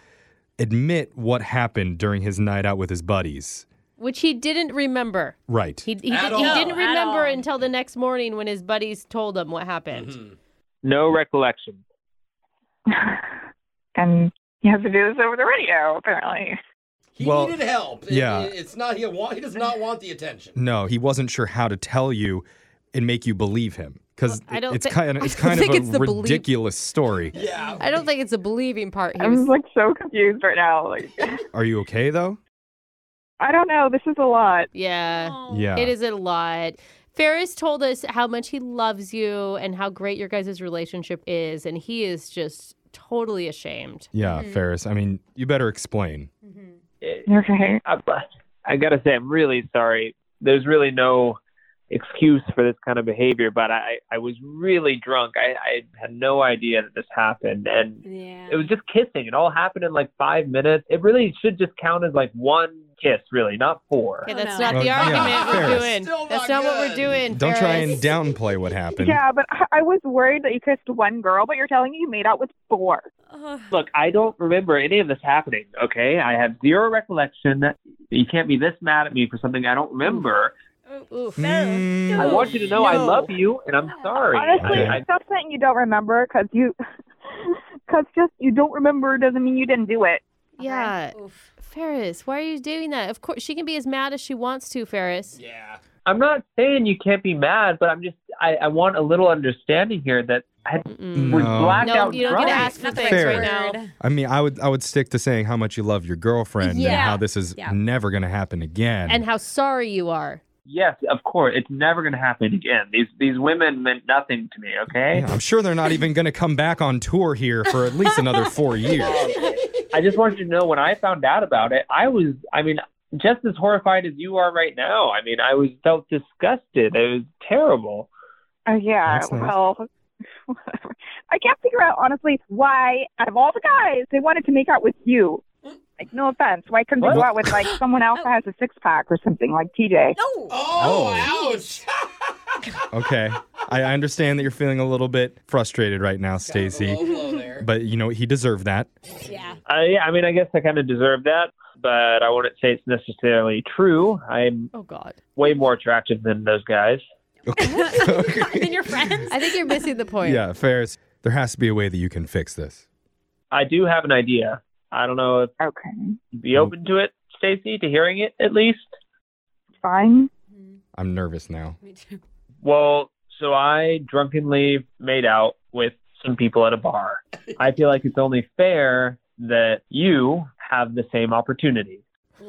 [SPEAKER 3] admit what happened during his night out with his buddies.
[SPEAKER 2] which he didn't remember.
[SPEAKER 3] Right.
[SPEAKER 2] He, he,
[SPEAKER 3] At
[SPEAKER 2] did, he
[SPEAKER 3] all.
[SPEAKER 2] didn't
[SPEAKER 3] At
[SPEAKER 2] remember until the next morning when his buddies told him what happened.
[SPEAKER 3] Mm-hmm.
[SPEAKER 15] No recollection.
[SPEAKER 16] And you have to do this over the radio, apparently.
[SPEAKER 5] He
[SPEAKER 3] Well,
[SPEAKER 5] needed help. It-
[SPEAKER 3] yeah.
[SPEAKER 5] it- it's not he want he does not want the attention.
[SPEAKER 3] No, he wasn't sure how to tell you and make you believe him because
[SPEAKER 2] I don't
[SPEAKER 3] it's
[SPEAKER 2] thi-
[SPEAKER 3] kind of it's
[SPEAKER 2] I don't
[SPEAKER 3] kind of
[SPEAKER 2] think
[SPEAKER 3] a
[SPEAKER 2] it's the belief-
[SPEAKER 3] ridiculous story.
[SPEAKER 5] Yeah.
[SPEAKER 2] I don't think it's the believing part. He
[SPEAKER 16] I'm
[SPEAKER 2] was
[SPEAKER 16] like so confused right now. Like,
[SPEAKER 3] Are you okay though?
[SPEAKER 16] I don't know. This is a lot.
[SPEAKER 2] Yeah.
[SPEAKER 3] Yeah.
[SPEAKER 2] It is a lot. Ferris told us how much he loves you and how great your guys' relationship is, and he is just totally ashamed.
[SPEAKER 3] Yeah,
[SPEAKER 16] Mm-hmm.
[SPEAKER 3] Ferris. I mean, you better explain.
[SPEAKER 16] Okay.
[SPEAKER 15] Eh, I, I gotta say, I'm really sorry. There's really no excuse for this kind of behavior, but I, I was really drunk. I, I had no idea that this happened, and it was just kissing. It all happened in like five minutes. It really should just count as like one kiss, really, not four.
[SPEAKER 2] Okay, that's not
[SPEAKER 3] Oh,
[SPEAKER 2] the
[SPEAKER 3] yeah,
[SPEAKER 2] argument
[SPEAKER 3] Ferris.
[SPEAKER 2] we're doing. That's not what we're doing.
[SPEAKER 3] Don't try
[SPEAKER 2] Ferris.
[SPEAKER 3] and downplay what happened.
[SPEAKER 16] Yeah, but I- I was worried that you kissed one girl, but you're telling me you made out with four.
[SPEAKER 15] Look, I don't remember any of this happening. Okay, I have zero recollection. You can't be this mad at me for something I don't remember.
[SPEAKER 2] Ooh,
[SPEAKER 3] Mm.
[SPEAKER 15] I want you to know I love you, and I'm sorry.
[SPEAKER 16] Honestly,
[SPEAKER 15] I, I,
[SPEAKER 16] stop saying you don't remember because you, because just you don't remember doesn't mean you didn't do it.
[SPEAKER 2] Yeah. Ferris, why are you doing that? Of course, she can be as mad as she wants to, Ferris.
[SPEAKER 5] Yeah.
[SPEAKER 15] I'm not saying you can't be mad, but I'm just I, I want a little understanding here that I was
[SPEAKER 3] No.
[SPEAKER 15] blacked
[SPEAKER 2] No,
[SPEAKER 15] out
[SPEAKER 2] you don't
[SPEAKER 15] drunk.
[SPEAKER 2] get to ask for things
[SPEAKER 3] Ferris.
[SPEAKER 2] right now.
[SPEAKER 3] I mean, I would I would stick to saying how much you love your girlfriend and
[SPEAKER 2] Yeah.
[SPEAKER 3] how this is
[SPEAKER 2] Yeah.
[SPEAKER 3] never going to happen again.
[SPEAKER 2] And how sorry you are.
[SPEAKER 15] Yes, of course. It's never going to happen again. These these women meant nothing to me. Okay.
[SPEAKER 3] Yeah, I'm sure they're not even going to come back on tour here for at least another four years.
[SPEAKER 15] I just wanted you to know when I found out about it, I was, I mean, just as horrified as you are right now. I mean, I was felt disgusted. It was terrible.
[SPEAKER 16] Uh, yeah.
[SPEAKER 15] That's nice.
[SPEAKER 16] well, I can't figure out honestly why out of all the guys they wanted to make out with you. Like, no offense, why couldn't they go
[SPEAKER 15] What?
[SPEAKER 16] out with like someone else that has a six pack or something like TJ?
[SPEAKER 5] Oh, ouch.
[SPEAKER 3] Okay. I I understand that you're feeling a little bit frustrated right now, Stacy. But you know, he deserved that.
[SPEAKER 15] Yeah. Uh, yeah. I mean, I guess I kind of deserve that, but I wouldn't say it's necessarily true. I'm
[SPEAKER 2] Oh, God.
[SPEAKER 15] way more attractive than those guys.
[SPEAKER 2] Then your friends? I think you're missing the point.
[SPEAKER 3] Yeah, Ferris, there has to be a way that you can fix this.
[SPEAKER 15] I do have an idea. I don't know if
[SPEAKER 16] okay.
[SPEAKER 15] you'd be open to it, Stacy, to hearing it at least.
[SPEAKER 16] Fine.
[SPEAKER 2] Mm-hmm.
[SPEAKER 3] I'm nervous now.
[SPEAKER 15] Well, so I drunkenly made out with some people at a bar. I feel like it's only fair that you have the same opportunity.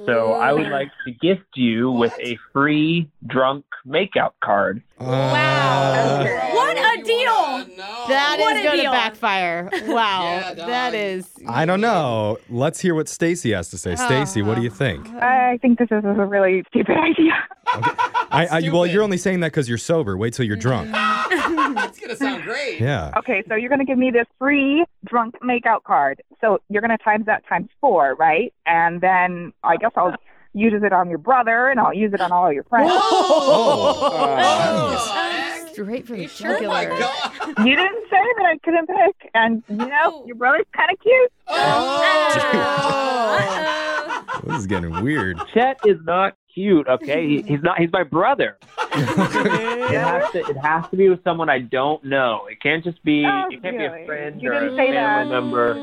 [SPEAKER 15] So I would like to gift you with a free drunk makeout card.
[SPEAKER 4] What a deal!
[SPEAKER 2] That
[SPEAKER 4] What
[SPEAKER 2] is
[SPEAKER 4] a
[SPEAKER 2] going to
[SPEAKER 4] deal.
[SPEAKER 2] backfire. Wow. that is.
[SPEAKER 3] I don't know. Let's hear what Stacy has to say. Stacy, what do you think?
[SPEAKER 16] I think this is a really stupid idea.
[SPEAKER 3] I, I well, you're only saying that because you're sober. Wait till you're drunk.
[SPEAKER 5] That's gonna sound great.
[SPEAKER 3] Yeah.
[SPEAKER 16] Okay, so you're going to give me this free drunk makeout card. So you're going to times that times four, right? And then I guess I'll use it on your brother and I'll use it on all your friends.
[SPEAKER 15] Oh.
[SPEAKER 2] Straight for the
[SPEAKER 16] jugular.
[SPEAKER 5] Oh
[SPEAKER 16] You didn't say that I couldn't pick. And, you know, your brother's kind of cute.
[SPEAKER 3] This is getting weird.
[SPEAKER 15] Chet is not cute, okay? He, he's not. He's my brother. it has to. It has to be with someone I don't know. It can't just be. it can't be a friend
[SPEAKER 2] Oh, You
[SPEAKER 15] or a
[SPEAKER 2] didn't say
[SPEAKER 15] family
[SPEAKER 2] that.
[SPEAKER 15] member.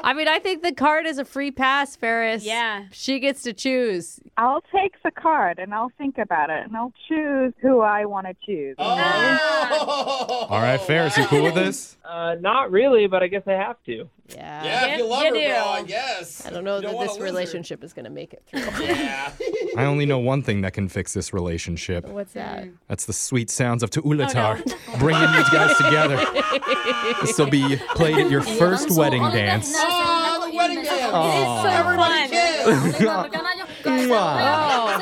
[SPEAKER 2] I mean, I think the card is a free pass, Ferris. Yeah. She gets to choose.
[SPEAKER 16] I'll take the card and I'll think about it and I'll choose who I want to choose. you
[SPEAKER 15] Oh.
[SPEAKER 16] know?
[SPEAKER 2] Mm.
[SPEAKER 3] All right, Ferris, you cool with this?
[SPEAKER 15] Uh, not really, but I guess I have to.
[SPEAKER 2] Yeah.
[SPEAKER 5] Yeah, if you love her, bro, I guess.
[SPEAKER 2] I don't know
[SPEAKER 5] You don't
[SPEAKER 2] that
[SPEAKER 5] wanna
[SPEAKER 2] this
[SPEAKER 5] lose her.
[SPEAKER 2] relationship is going to make it through.
[SPEAKER 5] Yeah.
[SPEAKER 3] I only know one thing that can fix this relationship.
[SPEAKER 2] What's that?
[SPEAKER 3] That's the sweet sounds of Tuulatar bringing you guys together. This will be played at your first wedding dance.
[SPEAKER 5] Oh, the wedding dance.
[SPEAKER 3] Aw.
[SPEAKER 5] Everybody kiss.
[SPEAKER 3] Mwah.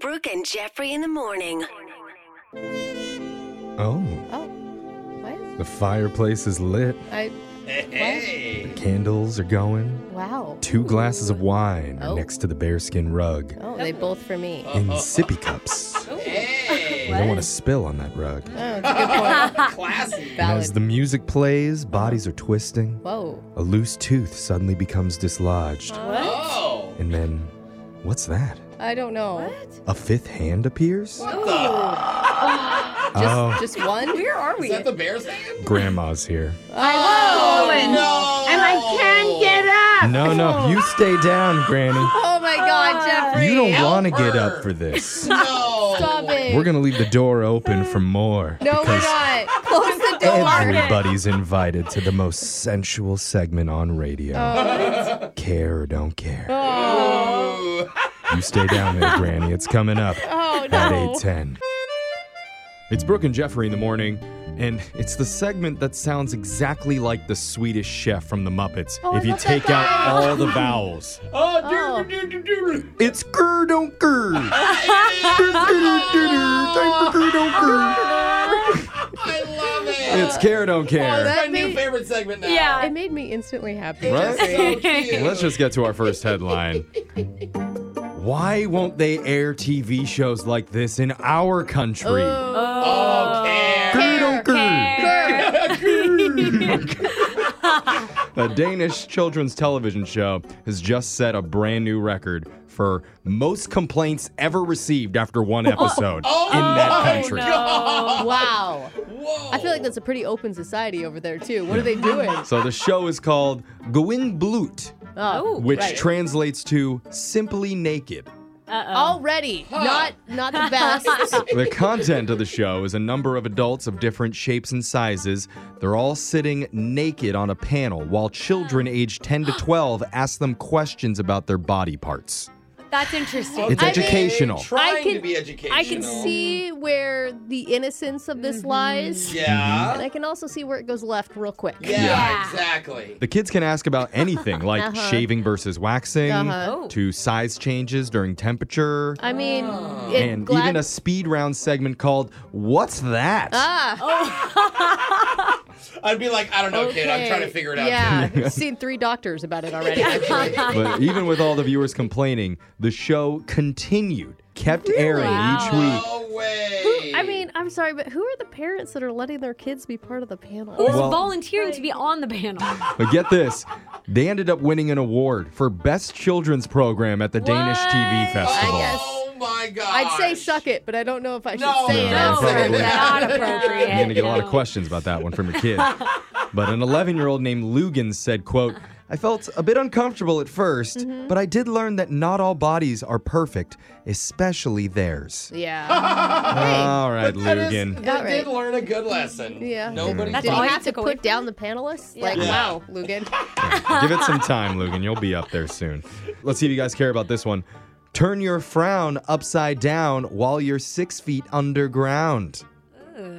[SPEAKER 7] Brooke and Jeffrey in the morning.
[SPEAKER 3] Oh.
[SPEAKER 2] What?
[SPEAKER 3] The fireplace is lit.
[SPEAKER 2] I.
[SPEAKER 5] Hey.
[SPEAKER 3] The candles are going.
[SPEAKER 2] Wow.
[SPEAKER 3] Two glasses of wine are
[SPEAKER 2] Oh.
[SPEAKER 3] next to the bearskin rug
[SPEAKER 2] Oh, they both for me.
[SPEAKER 3] in sippy cups. You don't want to spill on that rug.
[SPEAKER 2] Oh, that's a good point.
[SPEAKER 5] Classy.
[SPEAKER 3] And as the music plays, bodies are twisting.
[SPEAKER 2] Whoa.
[SPEAKER 3] A loose tooth suddenly becomes dislodged.
[SPEAKER 5] Oh.
[SPEAKER 3] And then, what's that?
[SPEAKER 2] I don't know.
[SPEAKER 3] A fifth hand appears?
[SPEAKER 2] What the? just,
[SPEAKER 3] Oh.
[SPEAKER 2] just one? Where are
[SPEAKER 5] Is that the bear's hand?
[SPEAKER 3] Grandma's here.
[SPEAKER 2] Oh,
[SPEAKER 5] fallen.
[SPEAKER 2] no. And I can't get up.
[SPEAKER 3] No, no, you stay down, Granny.
[SPEAKER 2] Oh my God, Jeffrey.
[SPEAKER 3] You don't want to get up for this.
[SPEAKER 5] Ah. No.
[SPEAKER 2] Stop it.
[SPEAKER 3] We're going to leave the door open for more.
[SPEAKER 2] No, we're
[SPEAKER 3] because
[SPEAKER 2] not. Close the door.
[SPEAKER 3] Everybody's invited to the most sensual segment on radio.
[SPEAKER 2] Oh.
[SPEAKER 3] Care or don't care.
[SPEAKER 2] Oh.
[SPEAKER 3] You stay down there, Granny. It's coming up
[SPEAKER 2] Oh,
[SPEAKER 3] at
[SPEAKER 2] no.
[SPEAKER 3] 810. It's Brooke and Jeffrey in the morning, and it's the segment that sounds exactly like the Swedish chef from the Muppets
[SPEAKER 5] Oh, I
[SPEAKER 3] if you
[SPEAKER 5] love that
[SPEAKER 3] take out
[SPEAKER 5] guy.
[SPEAKER 3] all the vowels.
[SPEAKER 5] Oh, do, do, do, do, do.
[SPEAKER 3] It's Gur don't Gur. Time for Gur don't Gur.
[SPEAKER 5] I love it.
[SPEAKER 3] It's Care Don't Care.
[SPEAKER 5] That's my new favorite segment now.
[SPEAKER 2] Yeah. It made me instantly happy.
[SPEAKER 3] Right?
[SPEAKER 2] Jeffrey.
[SPEAKER 3] Let's just get to our first headline. Why won't they air TV shows like this in our country?
[SPEAKER 5] Oh, care.
[SPEAKER 3] Care,
[SPEAKER 5] Care.
[SPEAKER 3] A Danish children's television show has just set a brand new record for most complaints ever received after one episode in that country.
[SPEAKER 2] Wow. I feel like that's a pretty open society over there, too. What are they doing?
[SPEAKER 3] So the show is called Gwyn Blut,
[SPEAKER 2] Oh,
[SPEAKER 3] which
[SPEAKER 2] right.
[SPEAKER 3] translates to simply naked.
[SPEAKER 2] Already. Not not the best.
[SPEAKER 3] The content of the show is a number of adults of different shapes and sizes. They're all sitting naked on a panel while children aged 10 to 12 ask them questions about their body parts.
[SPEAKER 4] That's interesting.
[SPEAKER 3] It's educational.
[SPEAKER 5] Trying
[SPEAKER 2] I can-
[SPEAKER 5] to be educational.
[SPEAKER 2] I can see where the innocence of
[SPEAKER 4] Mm-hmm.
[SPEAKER 2] this lies.
[SPEAKER 5] Yeah.
[SPEAKER 2] And I can also see where it goes left real quick.
[SPEAKER 5] Yeah, exactly.
[SPEAKER 3] The kids can ask about anything like
[SPEAKER 2] Uh-huh.
[SPEAKER 3] shaving versus waxing,
[SPEAKER 2] Uh-huh.
[SPEAKER 3] to size changes during temperature,
[SPEAKER 2] I mean, it
[SPEAKER 3] and
[SPEAKER 2] glad-
[SPEAKER 3] even a speed round segment called What's That?
[SPEAKER 2] Ah.
[SPEAKER 4] Oh.
[SPEAKER 5] I'd be like, I don't know, kid. I'm trying to figure it out.
[SPEAKER 2] Yeah.
[SPEAKER 3] too.
[SPEAKER 2] Seen three doctors about it already.
[SPEAKER 3] but even with all the viewers complaining, the show continued, kept airing each week.
[SPEAKER 2] Who- I mean, I'm sorry, but who are the parents that are letting their kids be part of the panel?
[SPEAKER 3] Or Well-
[SPEAKER 2] volunteering to be on the panel.
[SPEAKER 3] But get this, they ended up winning an award for best children's program at the Danish TV festival.
[SPEAKER 5] Oh my god.
[SPEAKER 2] I'd say suck it, but I don't know if I should say it.
[SPEAKER 3] No,
[SPEAKER 2] out loud.
[SPEAKER 3] probably.
[SPEAKER 2] Not appropriate.
[SPEAKER 3] You're gonna get a lot of questions about that one from your kid. but an 11 year old named Lugan said, "quote I felt a bit uncomfortable at 1st
[SPEAKER 5] Mm-hmm.
[SPEAKER 3] but I did learn that not all bodies are perfect, especially theirs."
[SPEAKER 2] Yeah.
[SPEAKER 3] all right,
[SPEAKER 5] That is-
[SPEAKER 3] Lugan.
[SPEAKER 5] I did learn a good lesson.
[SPEAKER 2] Yeah.
[SPEAKER 5] Nobody.
[SPEAKER 2] Did he have to put down the panelists? Like,
[SPEAKER 3] Yeah.
[SPEAKER 2] wow, Lugan.
[SPEAKER 3] Give it some time, Lugan. You'll be up there soon. Let's see if you guys care about this one. Turn your frown upside down while you're six feet underground.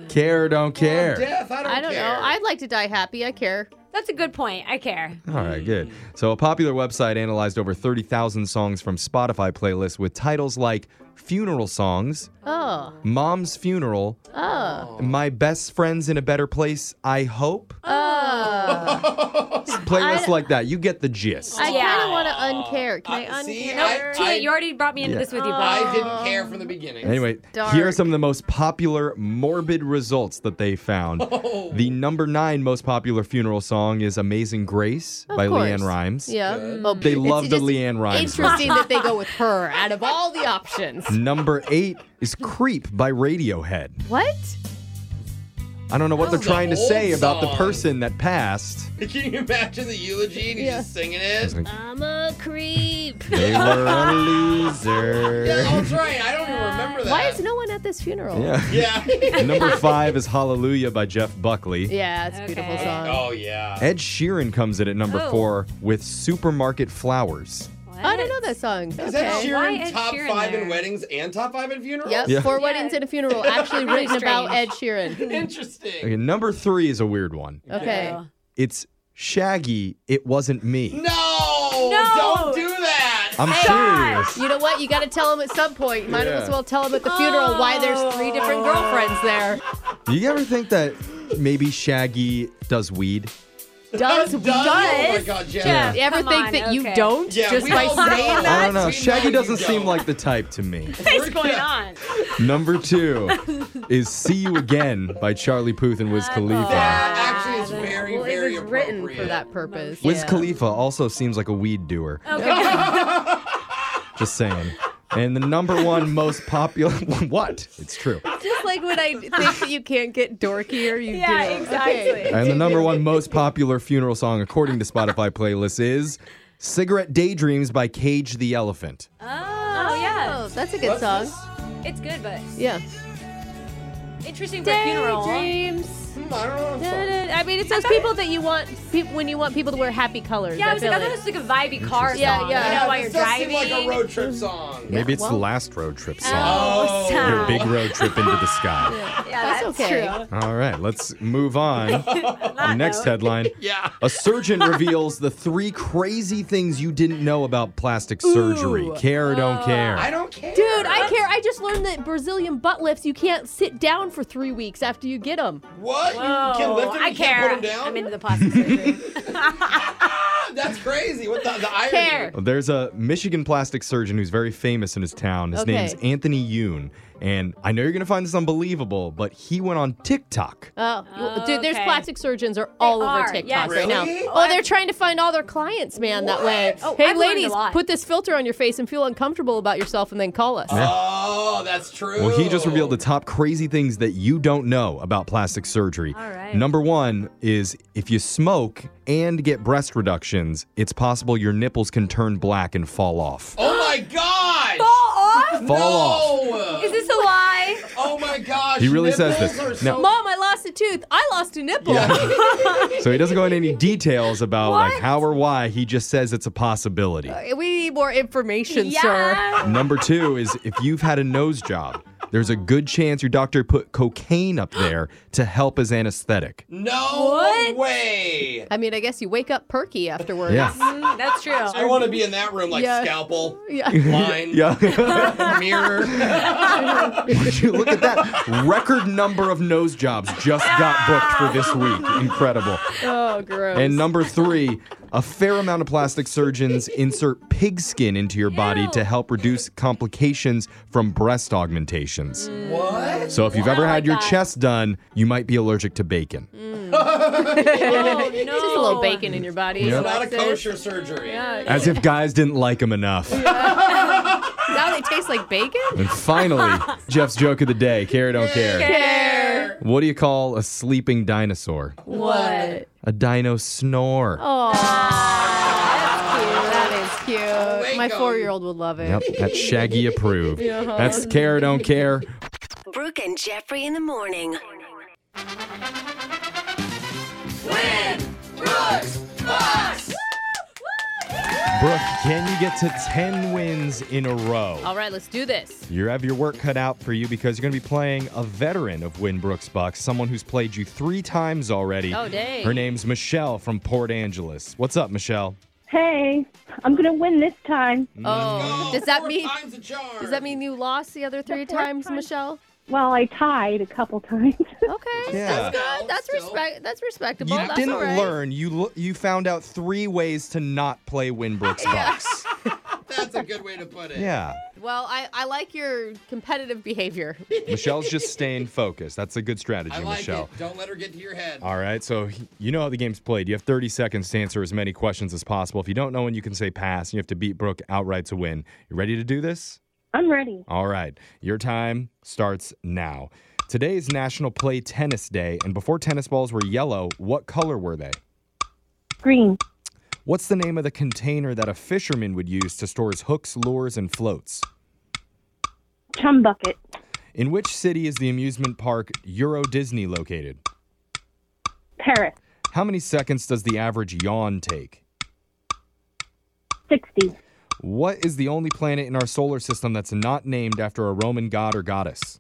[SPEAKER 3] Care or don't care.
[SPEAKER 2] I don't, know. I'd like to die happy. I care.
[SPEAKER 4] That's a good point. I care.
[SPEAKER 3] All right, good. So, a popular website analyzed over 30,000 songs from Spotify playlists with titles like Funeral Songs,
[SPEAKER 2] Oh.
[SPEAKER 3] Mom's Funeral,
[SPEAKER 2] Oh.
[SPEAKER 3] My Best Friends in a Better Place, I Hope.
[SPEAKER 2] Oh.
[SPEAKER 3] Playlists like that. You get the gist.
[SPEAKER 2] I kind of want to uncare. Can I uncare?
[SPEAKER 5] Uh, see, I-
[SPEAKER 4] Tia, you already brought me into
[SPEAKER 3] Yeah.
[SPEAKER 4] this with you, Bob.
[SPEAKER 5] I didn't care from the beginning.
[SPEAKER 3] Anyway, here are some of the most popular morbid results that they found.
[SPEAKER 5] Oh.
[SPEAKER 3] The number nine most popular funeral song is Amazing Grace by Leanne Rhymes.
[SPEAKER 2] Yeah. Mm-hmm.
[SPEAKER 3] They love the
[SPEAKER 2] just
[SPEAKER 3] Leanne Rhymes. version.
[SPEAKER 2] Interesting that they go with her out of all the options.
[SPEAKER 3] Number eight is Creep by Radiohead.
[SPEAKER 2] What?
[SPEAKER 3] I don't know what they're
[SPEAKER 5] That was an
[SPEAKER 3] trying to
[SPEAKER 5] Oh, old
[SPEAKER 3] say about the
[SPEAKER 5] song.
[SPEAKER 3] person that passed.
[SPEAKER 5] Can you imagine the eulogy and he's just singing it?
[SPEAKER 4] I'm a creep.
[SPEAKER 3] They were a loser.
[SPEAKER 5] That's right. I don't even remember that.
[SPEAKER 2] Why is no one at this funeral?
[SPEAKER 3] Yeah. Number five is Hallelujah by Jeff Buckley.
[SPEAKER 2] Yeah, it's a beautiful song.
[SPEAKER 5] Oh yeah.
[SPEAKER 3] Uh, Ed Sheeran comes in at number
[SPEAKER 2] Oh.
[SPEAKER 3] four with Supermarket Flowers.
[SPEAKER 2] I don't know that song.
[SPEAKER 5] Is
[SPEAKER 2] okay.
[SPEAKER 5] that Sheeran top five in weddings and top five in funerals?
[SPEAKER 2] Yep,
[SPEAKER 3] Yeah.
[SPEAKER 2] four weddings and a funeral, actually
[SPEAKER 5] Really
[SPEAKER 2] written about Ed
[SPEAKER 5] strange.
[SPEAKER 2] Sheeran.
[SPEAKER 5] Interesting.
[SPEAKER 3] Okay, number three is a weird one.
[SPEAKER 2] Okay.
[SPEAKER 3] It's Shaggy, It Wasn't Me.
[SPEAKER 5] No,
[SPEAKER 2] No!
[SPEAKER 5] don't do that.
[SPEAKER 3] I'm serious.
[SPEAKER 2] You know what? You got to tell him at some point. You might
[SPEAKER 3] Yeah.
[SPEAKER 5] Oh.
[SPEAKER 2] as well tell him at the funeral why there's three different girlfriends there.
[SPEAKER 3] Do you ever think that maybe Shaggy does weed?
[SPEAKER 2] Does,
[SPEAKER 5] Does?
[SPEAKER 2] does,
[SPEAKER 5] Oh my God, Jen.
[SPEAKER 2] Jen,
[SPEAKER 5] Yeah.
[SPEAKER 2] ever
[SPEAKER 5] Come
[SPEAKER 2] think
[SPEAKER 5] on,
[SPEAKER 2] that you
[SPEAKER 5] okay.
[SPEAKER 2] don't
[SPEAKER 5] Yeah,
[SPEAKER 2] just
[SPEAKER 5] we
[SPEAKER 2] by
[SPEAKER 5] all
[SPEAKER 2] saying
[SPEAKER 5] know.
[SPEAKER 2] that?
[SPEAKER 3] I don't know.
[SPEAKER 5] We
[SPEAKER 3] Shaggy
[SPEAKER 5] know you
[SPEAKER 3] doesn't seem
[SPEAKER 5] don't.
[SPEAKER 3] like the type to me.
[SPEAKER 4] What's going on?
[SPEAKER 3] Number two is "See You Again" by Charlie Puth and Wiz Khalifa.
[SPEAKER 5] That actually is very, very
[SPEAKER 2] written for that purpose.
[SPEAKER 3] Wiz Khalifa also seems like a weed doer. Just saying. And the number one most popular what? It's true.
[SPEAKER 2] Just like when I think that you can't get dorkier, you
[SPEAKER 4] Yeah,
[SPEAKER 2] do.
[SPEAKER 4] exactly.
[SPEAKER 3] And the number one most popular funeral song according to Spotify playlists is "Cigarette Daydreams" by Cage the Elephant.
[SPEAKER 4] Oh, yeah.
[SPEAKER 2] that's a good What's song.
[SPEAKER 4] It's good, but
[SPEAKER 2] Yeah.
[SPEAKER 4] interesting for a funeral.
[SPEAKER 2] Daydreams.
[SPEAKER 5] I Hmm, don't
[SPEAKER 2] Da-da. I mean, it's those people that you want peop when you want people to wear happy colors.
[SPEAKER 4] Yeah, I was
[SPEAKER 2] feel
[SPEAKER 4] like, I thought it was like a vibey car song.
[SPEAKER 2] Yeah, yeah.
[SPEAKER 4] You know,
[SPEAKER 2] Yeah,
[SPEAKER 4] while you're
[SPEAKER 2] this does seem
[SPEAKER 4] driving.
[SPEAKER 5] like a road trip song.
[SPEAKER 3] Maybe it's the
[SPEAKER 5] well-
[SPEAKER 3] last road trip song.
[SPEAKER 5] Oh,
[SPEAKER 3] Your
[SPEAKER 5] stop.
[SPEAKER 3] big road trip into the sky.
[SPEAKER 4] Yeah,
[SPEAKER 2] that's, okay.
[SPEAKER 3] All right, let's move on.
[SPEAKER 4] The
[SPEAKER 3] next headline.
[SPEAKER 5] yeah.
[SPEAKER 3] A surgeon reveals the three crazy things you didn't know about plastic surgery.
[SPEAKER 2] Ooh.
[SPEAKER 3] Care or
[SPEAKER 5] Uh,
[SPEAKER 3] don't care.
[SPEAKER 5] don't care.
[SPEAKER 2] Dude, I care. I just learned that Brazilian butt lifts, you can't sit down for three weeks after you get them.
[SPEAKER 5] What? You can lift him,
[SPEAKER 4] I
[SPEAKER 5] you
[SPEAKER 4] care.
[SPEAKER 5] can't put him down?
[SPEAKER 4] I'm into the plastic surgery.
[SPEAKER 5] That's crazy. What the, the irony.
[SPEAKER 2] Care.
[SPEAKER 3] There's a Michigan plastic surgeon who's very famous in his town. His
[SPEAKER 2] Okay.
[SPEAKER 3] name's Anthony Yoon. And I know you're going to find this unbelievable, but he went on TikTok.
[SPEAKER 2] Oh, well, dude, there's
[SPEAKER 4] Okay.
[SPEAKER 2] plastic surgeons are all
[SPEAKER 4] are,
[SPEAKER 2] over TikTok
[SPEAKER 4] yes.
[SPEAKER 2] right now.
[SPEAKER 4] Really?
[SPEAKER 2] Oh, they're trying to find all their clients, man, that way.
[SPEAKER 4] Oh,
[SPEAKER 2] hey,
[SPEAKER 4] I've learned a
[SPEAKER 2] ladies,
[SPEAKER 4] lot.
[SPEAKER 2] put this filter on your face and feel uncomfortable about yourself and then call us.
[SPEAKER 5] Oh, that's true.
[SPEAKER 3] Well, he just revealed the top crazy things that you don't know about plastic surgery.
[SPEAKER 5] All right.
[SPEAKER 3] Number one is if you smoke and get breast reductions, it's possible your nipples can turn black and fall off.
[SPEAKER 5] Oh my gosh!
[SPEAKER 4] Fall off?
[SPEAKER 3] Fall
[SPEAKER 5] no.
[SPEAKER 4] Is this a lie?
[SPEAKER 5] Oh my gosh!
[SPEAKER 3] He really says
[SPEAKER 5] nipples
[SPEAKER 3] this.
[SPEAKER 5] are so-
[SPEAKER 3] Now-
[SPEAKER 2] Mom, I lost a tooth. I lost a nipple.
[SPEAKER 3] So he doesn't go into any details about like
[SPEAKER 2] What?
[SPEAKER 3] how or why. He just says it's a possibility.
[SPEAKER 2] Uh, we need more information,
[SPEAKER 4] Yeah.
[SPEAKER 2] sir.
[SPEAKER 3] Number two is if you've had a nose job, there's a good chance your doctor put cocaine up there to help as anesthetic.
[SPEAKER 5] No
[SPEAKER 2] What?
[SPEAKER 5] way!
[SPEAKER 2] I mean, I guess you wake up perky afterwards.
[SPEAKER 3] Yeah.
[SPEAKER 4] Mm, that's true.
[SPEAKER 5] I want to be in that room like
[SPEAKER 2] Yeah.
[SPEAKER 5] scalpel,
[SPEAKER 2] Yeah.
[SPEAKER 5] line,
[SPEAKER 3] Yeah.
[SPEAKER 5] mirror. Oh,
[SPEAKER 3] Would you look at that? Record number of nose jobs just got booked for this week. Incredible.
[SPEAKER 2] Oh, gross.
[SPEAKER 3] And number three, a fair amount of plastic surgeons insert pig skin into your body to help reduce complications from breast augmentations.
[SPEAKER 5] what?
[SPEAKER 3] So if you've ever had your
[SPEAKER 4] that.
[SPEAKER 3] chest done, you might be allergic to bacon.
[SPEAKER 4] no.
[SPEAKER 2] Just a little bacon in your body.
[SPEAKER 3] Yeah.
[SPEAKER 5] It's not a
[SPEAKER 2] Alexis.
[SPEAKER 5] kosher surgery.
[SPEAKER 3] As if guys didn't like them enough.
[SPEAKER 2] Now they taste like bacon?
[SPEAKER 3] And finally, Jeff's joke of the day, care or don't care.
[SPEAKER 2] Care.
[SPEAKER 3] What do you call a sleeping dinosaur?
[SPEAKER 2] What?
[SPEAKER 3] A dino snore.
[SPEAKER 2] Oh, that's cute. That is cute. My
[SPEAKER 7] Waco.
[SPEAKER 2] four year old would love it.
[SPEAKER 3] Yep, that's Shaggy approved.
[SPEAKER 2] Uh-huh.
[SPEAKER 3] That's care or don't care.
[SPEAKER 7] Brooke and Jeffrey in the morning.
[SPEAKER 3] Brooke, can you get to 10 wins in a row?
[SPEAKER 2] All right, let's do this.
[SPEAKER 3] You have your work cut out for you because you're going to be playing a veteran of Win Brooks Bucks, someone who's played you three times already.
[SPEAKER 2] Oh, dang.
[SPEAKER 3] Her name's Michelle from Port Angeles. What's up, Michelle?
[SPEAKER 10] Hey, I'm gonna win this time.
[SPEAKER 2] Oh, does that mean
[SPEAKER 5] Time's a charm.
[SPEAKER 2] does that mean you lost the other three times, Michelle?
[SPEAKER 10] Well, I tied a couple times.
[SPEAKER 2] Okay,
[SPEAKER 3] Yeah.
[SPEAKER 2] that's good. That's respect. That's respectable.
[SPEAKER 3] You
[SPEAKER 2] that's
[SPEAKER 3] didn't
[SPEAKER 2] all right.
[SPEAKER 3] learn. You lo- you found out three ways to not play Win Brooks Bucks.
[SPEAKER 5] That's a good way to put it.
[SPEAKER 3] yeah.
[SPEAKER 2] Well, I, I like your competitive behavior.
[SPEAKER 3] Michelle's just staying focused. That's a good strategy,
[SPEAKER 5] I like
[SPEAKER 3] Michelle. Oh.
[SPEAKER 5] it. Don't let her get to your head.
[SPEAKER 3] All right, so he- you know how the game's played. You have 30 seconds to answer as many questions as possible. If you don't know when you can say pass, and you have to beat Brooke outright to win. You ready to do this?
[SPEAKER 10] I'm ready.
[SPEAKER 3] All right, your time starts now. Today is National Play Tennis Day, and before tennis balls were yellow, what color were they?
[SPEAKER 10] Green,
[SPEAKER 3] What's the name of the container that a fisherman would use to store his hooks, lures, and floats?
[SPEAKER 10] chum bucket,
[SPEAKER 3] In which city is the amusement park Euro Disney located?
[SPEAKER 10] Paris,
[SPEAKER 3] How many seconds does the average yawn take?
[SPEAKER 10] 60,
[SPEAKER 3] What is the only planet in our solar system that's not named after a Roman god or goddess?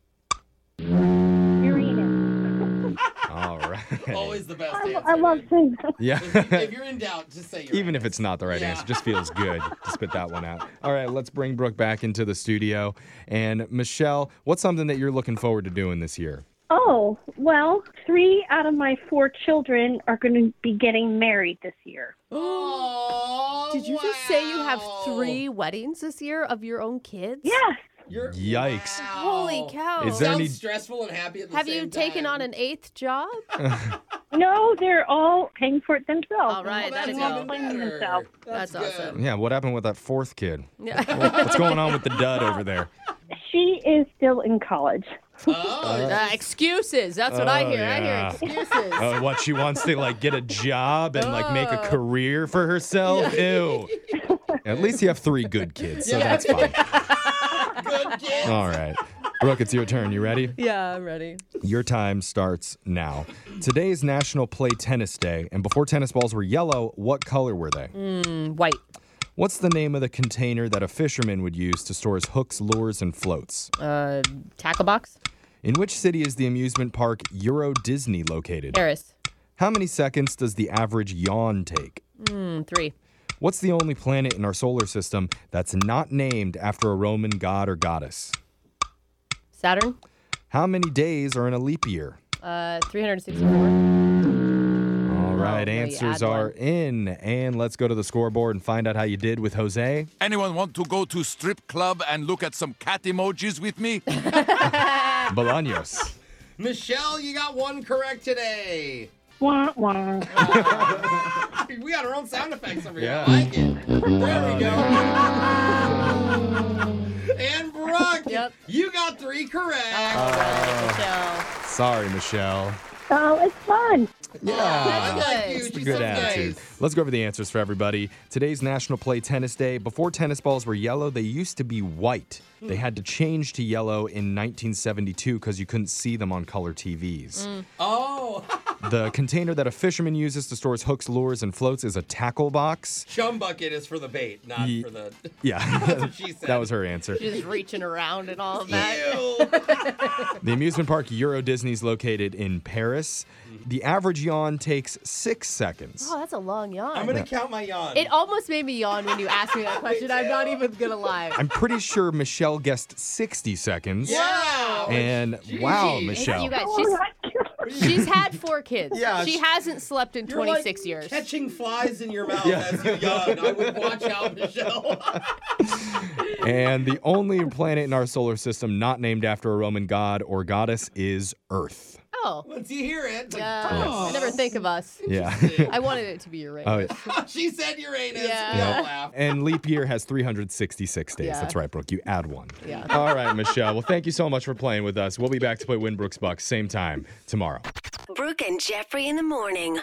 [SPEAKER 10] Uranus.
[SPEAKER 3] All right.
[SPEAKER 5] Always the best
[SPEAKER 10] I,
[SPEAKER 5] answer.
[SPEAKER 10] I love saying that.
[SPEAKER 3] Yeah.
[SPEAKER 5] if you're in doubt, just say you're
[SPEAKER 3] Even if it's not the right answer, it just feels good to spit that one out. All right, let's bring Brooke back into the studio. And Michelle, what's something that you're looking forward to doing this year?
[SPEAKER 10] Oh, well, three out of my four children are going to be getting married this year.
[SPEAKER 5] Oh,
[SPEAKER 2] Did you just say you have three weddings this year of your own kids?
[SPEAKER 10] Yeah.
[SPEAKER 3] Yikes.
[SPEAKER 2] Holy cow.
[SPEAKER 3] Is there any- Sounds
[SPEAKER 5] stressful Oh. and happy at
[SPEAKER 2] Have you taken on an eighth job?
[SPEAKER 10] No, they're all paying for it themselves.
[SPEAKER 2] All right,
[SPEAKER 10] They're
[SPEAKER 2] that's
[SPEAKER 10] not
[SPEAKER 2] even
[SPEAKER 10] blaming
[SPEAKER 2] better.
[SPEAKER 10] themselves.
[SPEAKER 2] That's, awesome.
[SPEAKER 3] Yeah, what happened with that fourth kid?
[SPEAKER 2] Yeah.
[SPEAKER 3] What's going on with the dud over there?
[SPEAKER 10] She is still in college.
[SPEAKER 5] Oh.
[SPEAKER 2] Uh, excuses. That's what I
[SPEAKER 3] Oh,
[SPEAKER 2] hear.
[SPEAKER 3] yeah.
[SPEAKER 2] I hear excuses.
[SPEAKER 3] Uh, what she wants to like get a job and like make a career for herself. Ew. At least you have three good kids, so that's fine. All right. Brooke, it's your turn. You ready?
[SPEAKER 2] Yeah, I'm ready.
[SPEAKER 3] Your time starts now. Today is National Play Tennis Day, and before tennis balls were yellow, what color were they?
[SPEAKER 2] Mm, white.
[SPEAKER 3] What's the name of the container that a fisherman would use to store his hooks, lures, and floats?
[SPEAKER 2] Uh, tackle box.
[SPEAKER 3] In which city is the amusement park Euro Disney located?
[SPEAKER 2] Paris.
[SPEAKER 3] How many seconds does the average yawn take?
[SPEAKER 2] Mm, three.
[SPEAKER 3] What's the only planet in our solar system that's not named after a Roman god or goddess?
[SPEAKER 2] Saturn.
[SPEAKER 3] How many days are in a leap year?
[SPEAKER 2] Uh, 364.
[SPEAKER 3] All right,
[SPEAKER 2] no, you
[SPEAKER 3] answers
[SPEAKER 2] add
[SPEAKER 3] are in. And let's go to the scoreboard and find out how you did with Jose.
[SPEAKER 11] Anyone want to go to strip club and look at some cat emojis with me?
[SPEAKER 3] Bolaños.
[SPEAKER 5] Michelle, you got one correct today.
[SPEAKER 10] Wah, wah.
[SPEAKER 5] We got our own sound effects over
[SPEAKER 3] Yeah.
[SPEAKER 5] here. I like it. There we go. and Brooke, you got three correct.
[SPEAKER 2] Uh,
[SPEAKER 3] Sorry, Michelle.
[SPEAKER 10] Oh, it's fun.
[SPEAKER 3] Yeah.
[SPEAKER 5] I like you.
[SPEAKER 3] It's a
[SPEAKER 5] She's
[SPEAKER 3] good
[SPEAKER 5] so
[SPEAKER 3] attitude.
[SPEAKER 5] nice.
[SPEAKER 3] Let's go over the answers for everybody. Today's National Play Tennis Day. Before tennis balls were yellow, they used to be white. They had to change to yellow in 1972 because you couldn't see them on color TVs.
[SPEAKER 5] Oh,
[SPEAKER 3] The container that a fisherman uses to store his hooks, lures, and floats is a tackle box.
[SPEAKER 5] chum bucket is for the bait, not
[SPEAKER 3] Ye-
[SPEAKER 5] for the.
[SPEAKER 3] Yeah,
[SPEAKER 5] That's what she said.
[SPEAKER 3] that was her answer.
[SPEAKER 2] Just reaching around and all of that. Oh,
[SPEAKER 3] The amusement park Euro Disney's located in Paris.
[SPEAKER 5] Mm-hmm.
[SPEAKER 3] The average yawn takes six seconds.
[SPEAKER 2] Oh, that's a long yawn.
[SPEAKER 3] I'm gonna Yeah. count
[SPEAKER 5] my yawn.
[SPEAKER 2] It almost made me yawn when you asked me that question. I'm not even gonna lie.
[SPEAKER 3] I'm pretty sure Michelle guessed 60 seconds.
[SPEAKER 2] Wow.
[SPEAKER 3] And wow, Michelle.
[SPEAKER 2] You guys, she's, she's had four kids.
[SPEAKER 5] Yeah,
[SPEAKER 2] she
[SPEAKER 5] she-
[SPEAKER 2] hasn't slept in
[SPEAKER 5] You're
[SPEAKER 2] 26
[SPEAKER 5] like
[SPEAKER 2] years.
[SPEAKER 5] Catching flies in your mouth
[SPEAKER 3] Yeah.
[SPEAKER 5] as you yawn. I would watch out, Michelle.
[SPEAKER 3] and the only planet in our solar system not named after a Roman god or goddess is Earth.
[SPEAKER 2] Oh.
[SPEAKER 5] Once you hear it.
[SPEAKER 2] Yeah. I
[SPEAKER 5] Oh.
[SPEAKER 2] never think of us.
[SPEAKER 3] Yeah.
[SPEAKER 2] I wanted it to be Uranus.
[SPEAKER 3] Oh, yeah.
[SPEAKER 5] she said Uranus.
[SPEAKER 2] Yeah.
[SPEAKER 5] We all
[SPEAKER 3] Yeah. And leap year has 366 days.
[SPEAKER 2] Yeah.
[SPEAKER 3] That's right, Brooke. You add one.
[SPEAKER 2] Yeah.
[SPEAKER 3] All right, Michelle. Well, thank you so much for playing with us. We'll be back to play Winbrook's Bucks same time tomorrow.
[SPEAKER 7] Brooke and Jeffrey in the morning.